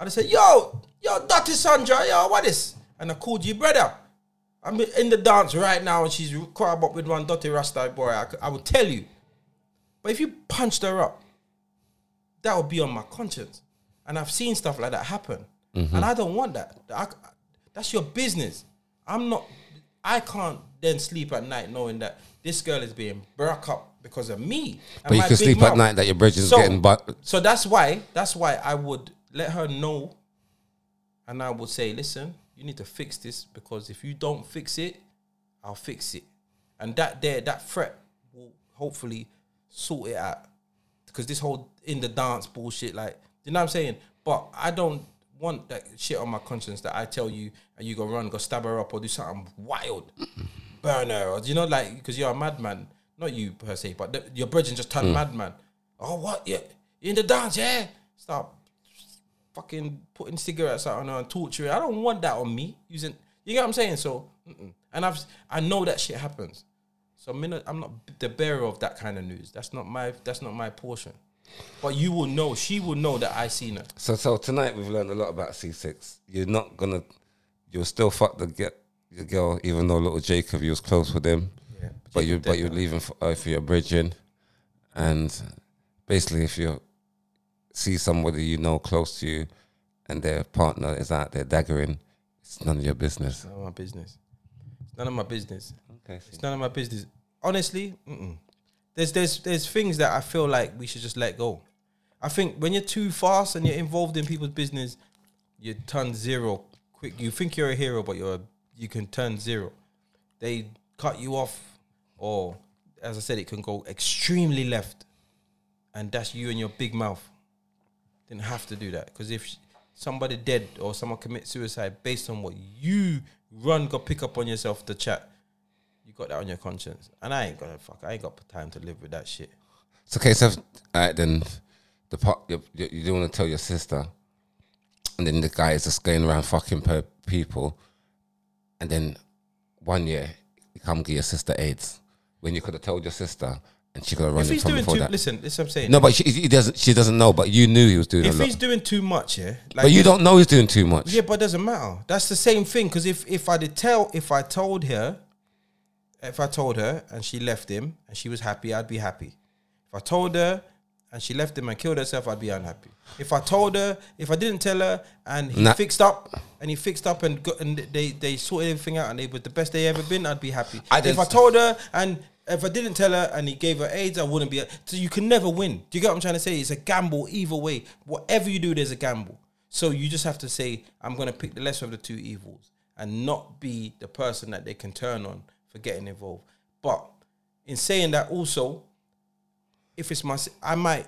S1: I'd have said, yo, yo, Dottie Sandra, yo, what is? And I called you brother. I'm in the dance right now and she's caught up with one Dottie Rasta boy. I, c- I would tell you. But if you punched her up, that would be on my conscience. And I've seen stuff like that happen.
S2: Mm-hmm.
S1: And I don't want that. I c- that's your business. I'm not, I can't then sleep at night knowing that this girl is being broke up because of me. and
S2: but you
S1: my
S2: can
S1: big
S2: sleep at
S1: mouth.
S2: night that your bridge is getting but
S1: so that's why, that's why I would let her know and I would say, listen, you need to fix this because if you don't fix it, I'll fix it. And that there, that threat will hopefully sort it out. Because this whole in the dance bullshit, like, you know what I'm saying? But I don't want that shit on my conscience that I tell you and you go run, go stab her up or do something wild, burn her, or, you know, like, because you're a madman. Not you per se, but the, your brethren just turned madman. Oh, what? Yeah. You in the dance, yeah? Stop fucking putting cigarettes out on her and torturing. I don't want that on me. Using you get what I'm saying. So, mm-mm. and I've I know that shit happens. So I'm not, I'm not the bearer of that kind of news. That's not my that's not my portion. But you will know. She will know that I seen her.
S2: So so tonight we've learned a lot about C six. You're not gonna you'll still fuck the get the girl even though little Jacob you was close with him.
S1: Yeah,
S2: But you but you're leaving for, uh, for your bridging and basically if you see somebody you know close to you and their partner is out there daggering, it's none of your business.
S1: None of my business. It's none of my business.
S2: Okay.
S1: It's none of my business. Honestly, mm-mm. there's there's there's things that I feel like we should just let go. I think when you're too fast and you're involved in people's business, you turn zero quick. You think you're a hero, but you're you can turn zero. They cut you off, or as I said, it can go extremely left, and that's you and your big mouth. Didn't have to do that because if sh- somebody dead or someone commits suicide based on what you run, go pick up on yourself the chat. You got that on your conscience, and I ain't gonna fuck. I ain't got time to live with that shit.
S2: It's okay, so all right, then the part you, you, you don't want to tell your sister, and then the guy is just going around fucking per people, and then one year you come get your sister AIDS when you could have told your sister and she could have run
S1: If
S2: it
S1: he's
S2: from
S1: doing
S2: before
S1: too,
S2: that.
S1: listen, this is what I'm saying.
S2: No, but she, he doesn't. She doesn't know, but you knew he was doing a
S1: if
S2: lot.
S1: he's doing too much, yeah, like
S2: But you don't know he's doing too much.
S1: yeah, but it doesn't matter. That's the same thing. Because if if I did tell, if I told her, if I told her and she left him and she was happy, I'd be happy. If I told her and she left him and killed herself, I'd be unhappy. If I told her, if I didn't tell her and he
S2: Nah.
S1: fixed up and he fixed up and got, and they they sorted everything out and it was the best they ever been, I'd be happy.
S2: I
S1: if
S2: didn't-
S1: I told her and if I didn't tell her and he gave her AIDS, I wouldn't be. So you can never win. Do you get what I'm trying to say? It's a gamble either way. Whatever you do, there's a gamble. So you just have to say, I'm going to pick the lesser of the two evils and not be the person that they can turn on for getting involved. But in saying that, also, if it's my, I might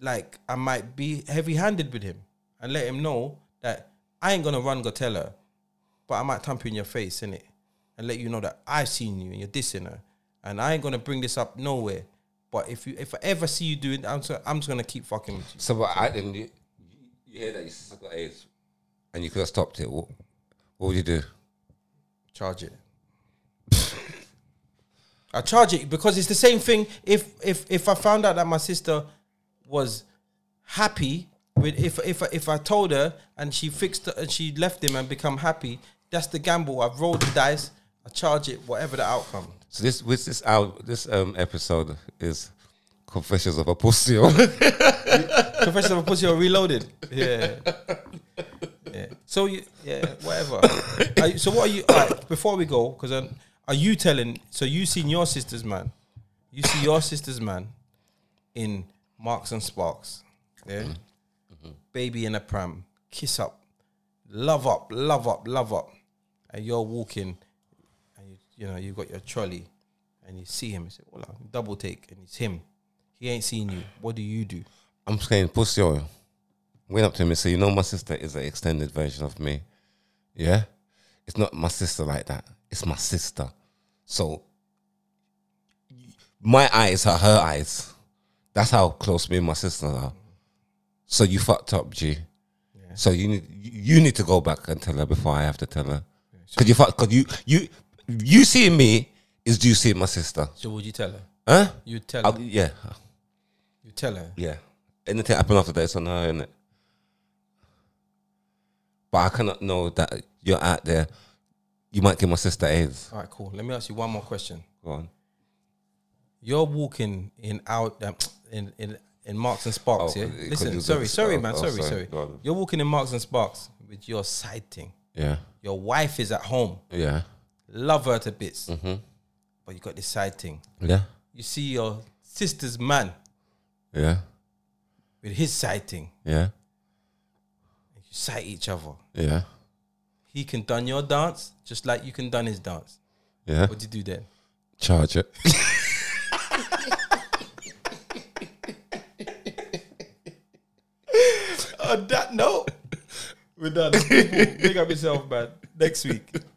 S1: like I might be heavy handed with him and let him know that I ain't gonna run go tell her, but I might thump you in your face, innit? And let you know that I've seen you and you're dissing her. And I ain't gonna bring this up nowhere. But if you if I ever see you doing I'm so, I'm just gonna keep fucking with you.
S2: So, but I didn't. You, you hear that your sister got AIDS, and you could have stopped it. What, what would you do?
S1: Charge it. I charge it because it's the same thing. If if if I found out that my sister was happy with if if if I told her and she fixed and she left him and become happy, that's the gamble. I've rolled the dice. I charge it, whatever the outcome.
S2: So this with this out this um episode is Confessions of a Pussy.
S1: Professor of a Pussy or Reloaded. Yeah. yeah. So you, yeah, whatever. Are you, so what are you? all right, before we go, because are you telling? So you seen your sister's man? You see your sister's man in Marks and Sparks. Yeah. Mm-hmm. Baby in a pram, kiss up, love up, love up, love up, and you're walking, and you, you know you got your trolley, and you see him. You say, "Well, double take," and it's him. He ain't seen you. What do you do?
S2: I'm saying Pussy. oil." Went up to him and said, "You know, my sister is an extended version of me. Yeah, it's not my sister like that. It's my sister. So my eyes are her eyes. That's how close me and my sister are. So you fucked up, G. So you need you need to go back and tell her before I have to tell her. Because you fuck. Because you you you seeing me is you seeing my sister,
S1: So would you tell her?
S2: huh?
S1: You tell
S2: I'll-
S1: her.
S2: yeah,
S1: You tell her.
S2: yeah. Anything happen after that, it's on her, innit? But I cannot know that you're out there. You might give my sister AIDS.
S1: All right, cool. Let me ask you one more question.
S2: Go on.
S1: You're walking in out um, in in in Marks and Sparks.
S2: Oh,
S1: yeah.
S2: it could
S1: Listen,
S2: do
S1: sorry,
S2: that.
S1: sorry,
S2: Oh,
S1: man,
S2: oh,
S1: sorry,
S2: sorry.
S1: sorry.
S2: Go on.
S1: You're walking in Marks and Sparks with your side thing.
S2: Yeah,
S1: Your wife is at home.
S2: yeah,
S1: Love her to bits.
S2: Mm-hmm.
S1: But you got this side thing.
S2: yeah,
S1: You see your sister's man
S2: yeah,
S1: with his side thing.
S2: yeah,
S1: You sight each other.
S2: yeah,
S1: He can done your dance just like you can done his dance.
S2: yeah.
S1: What do you do then?
S2: Charge it.
S1: On that note, we're done. Big up yourself, man. Next week.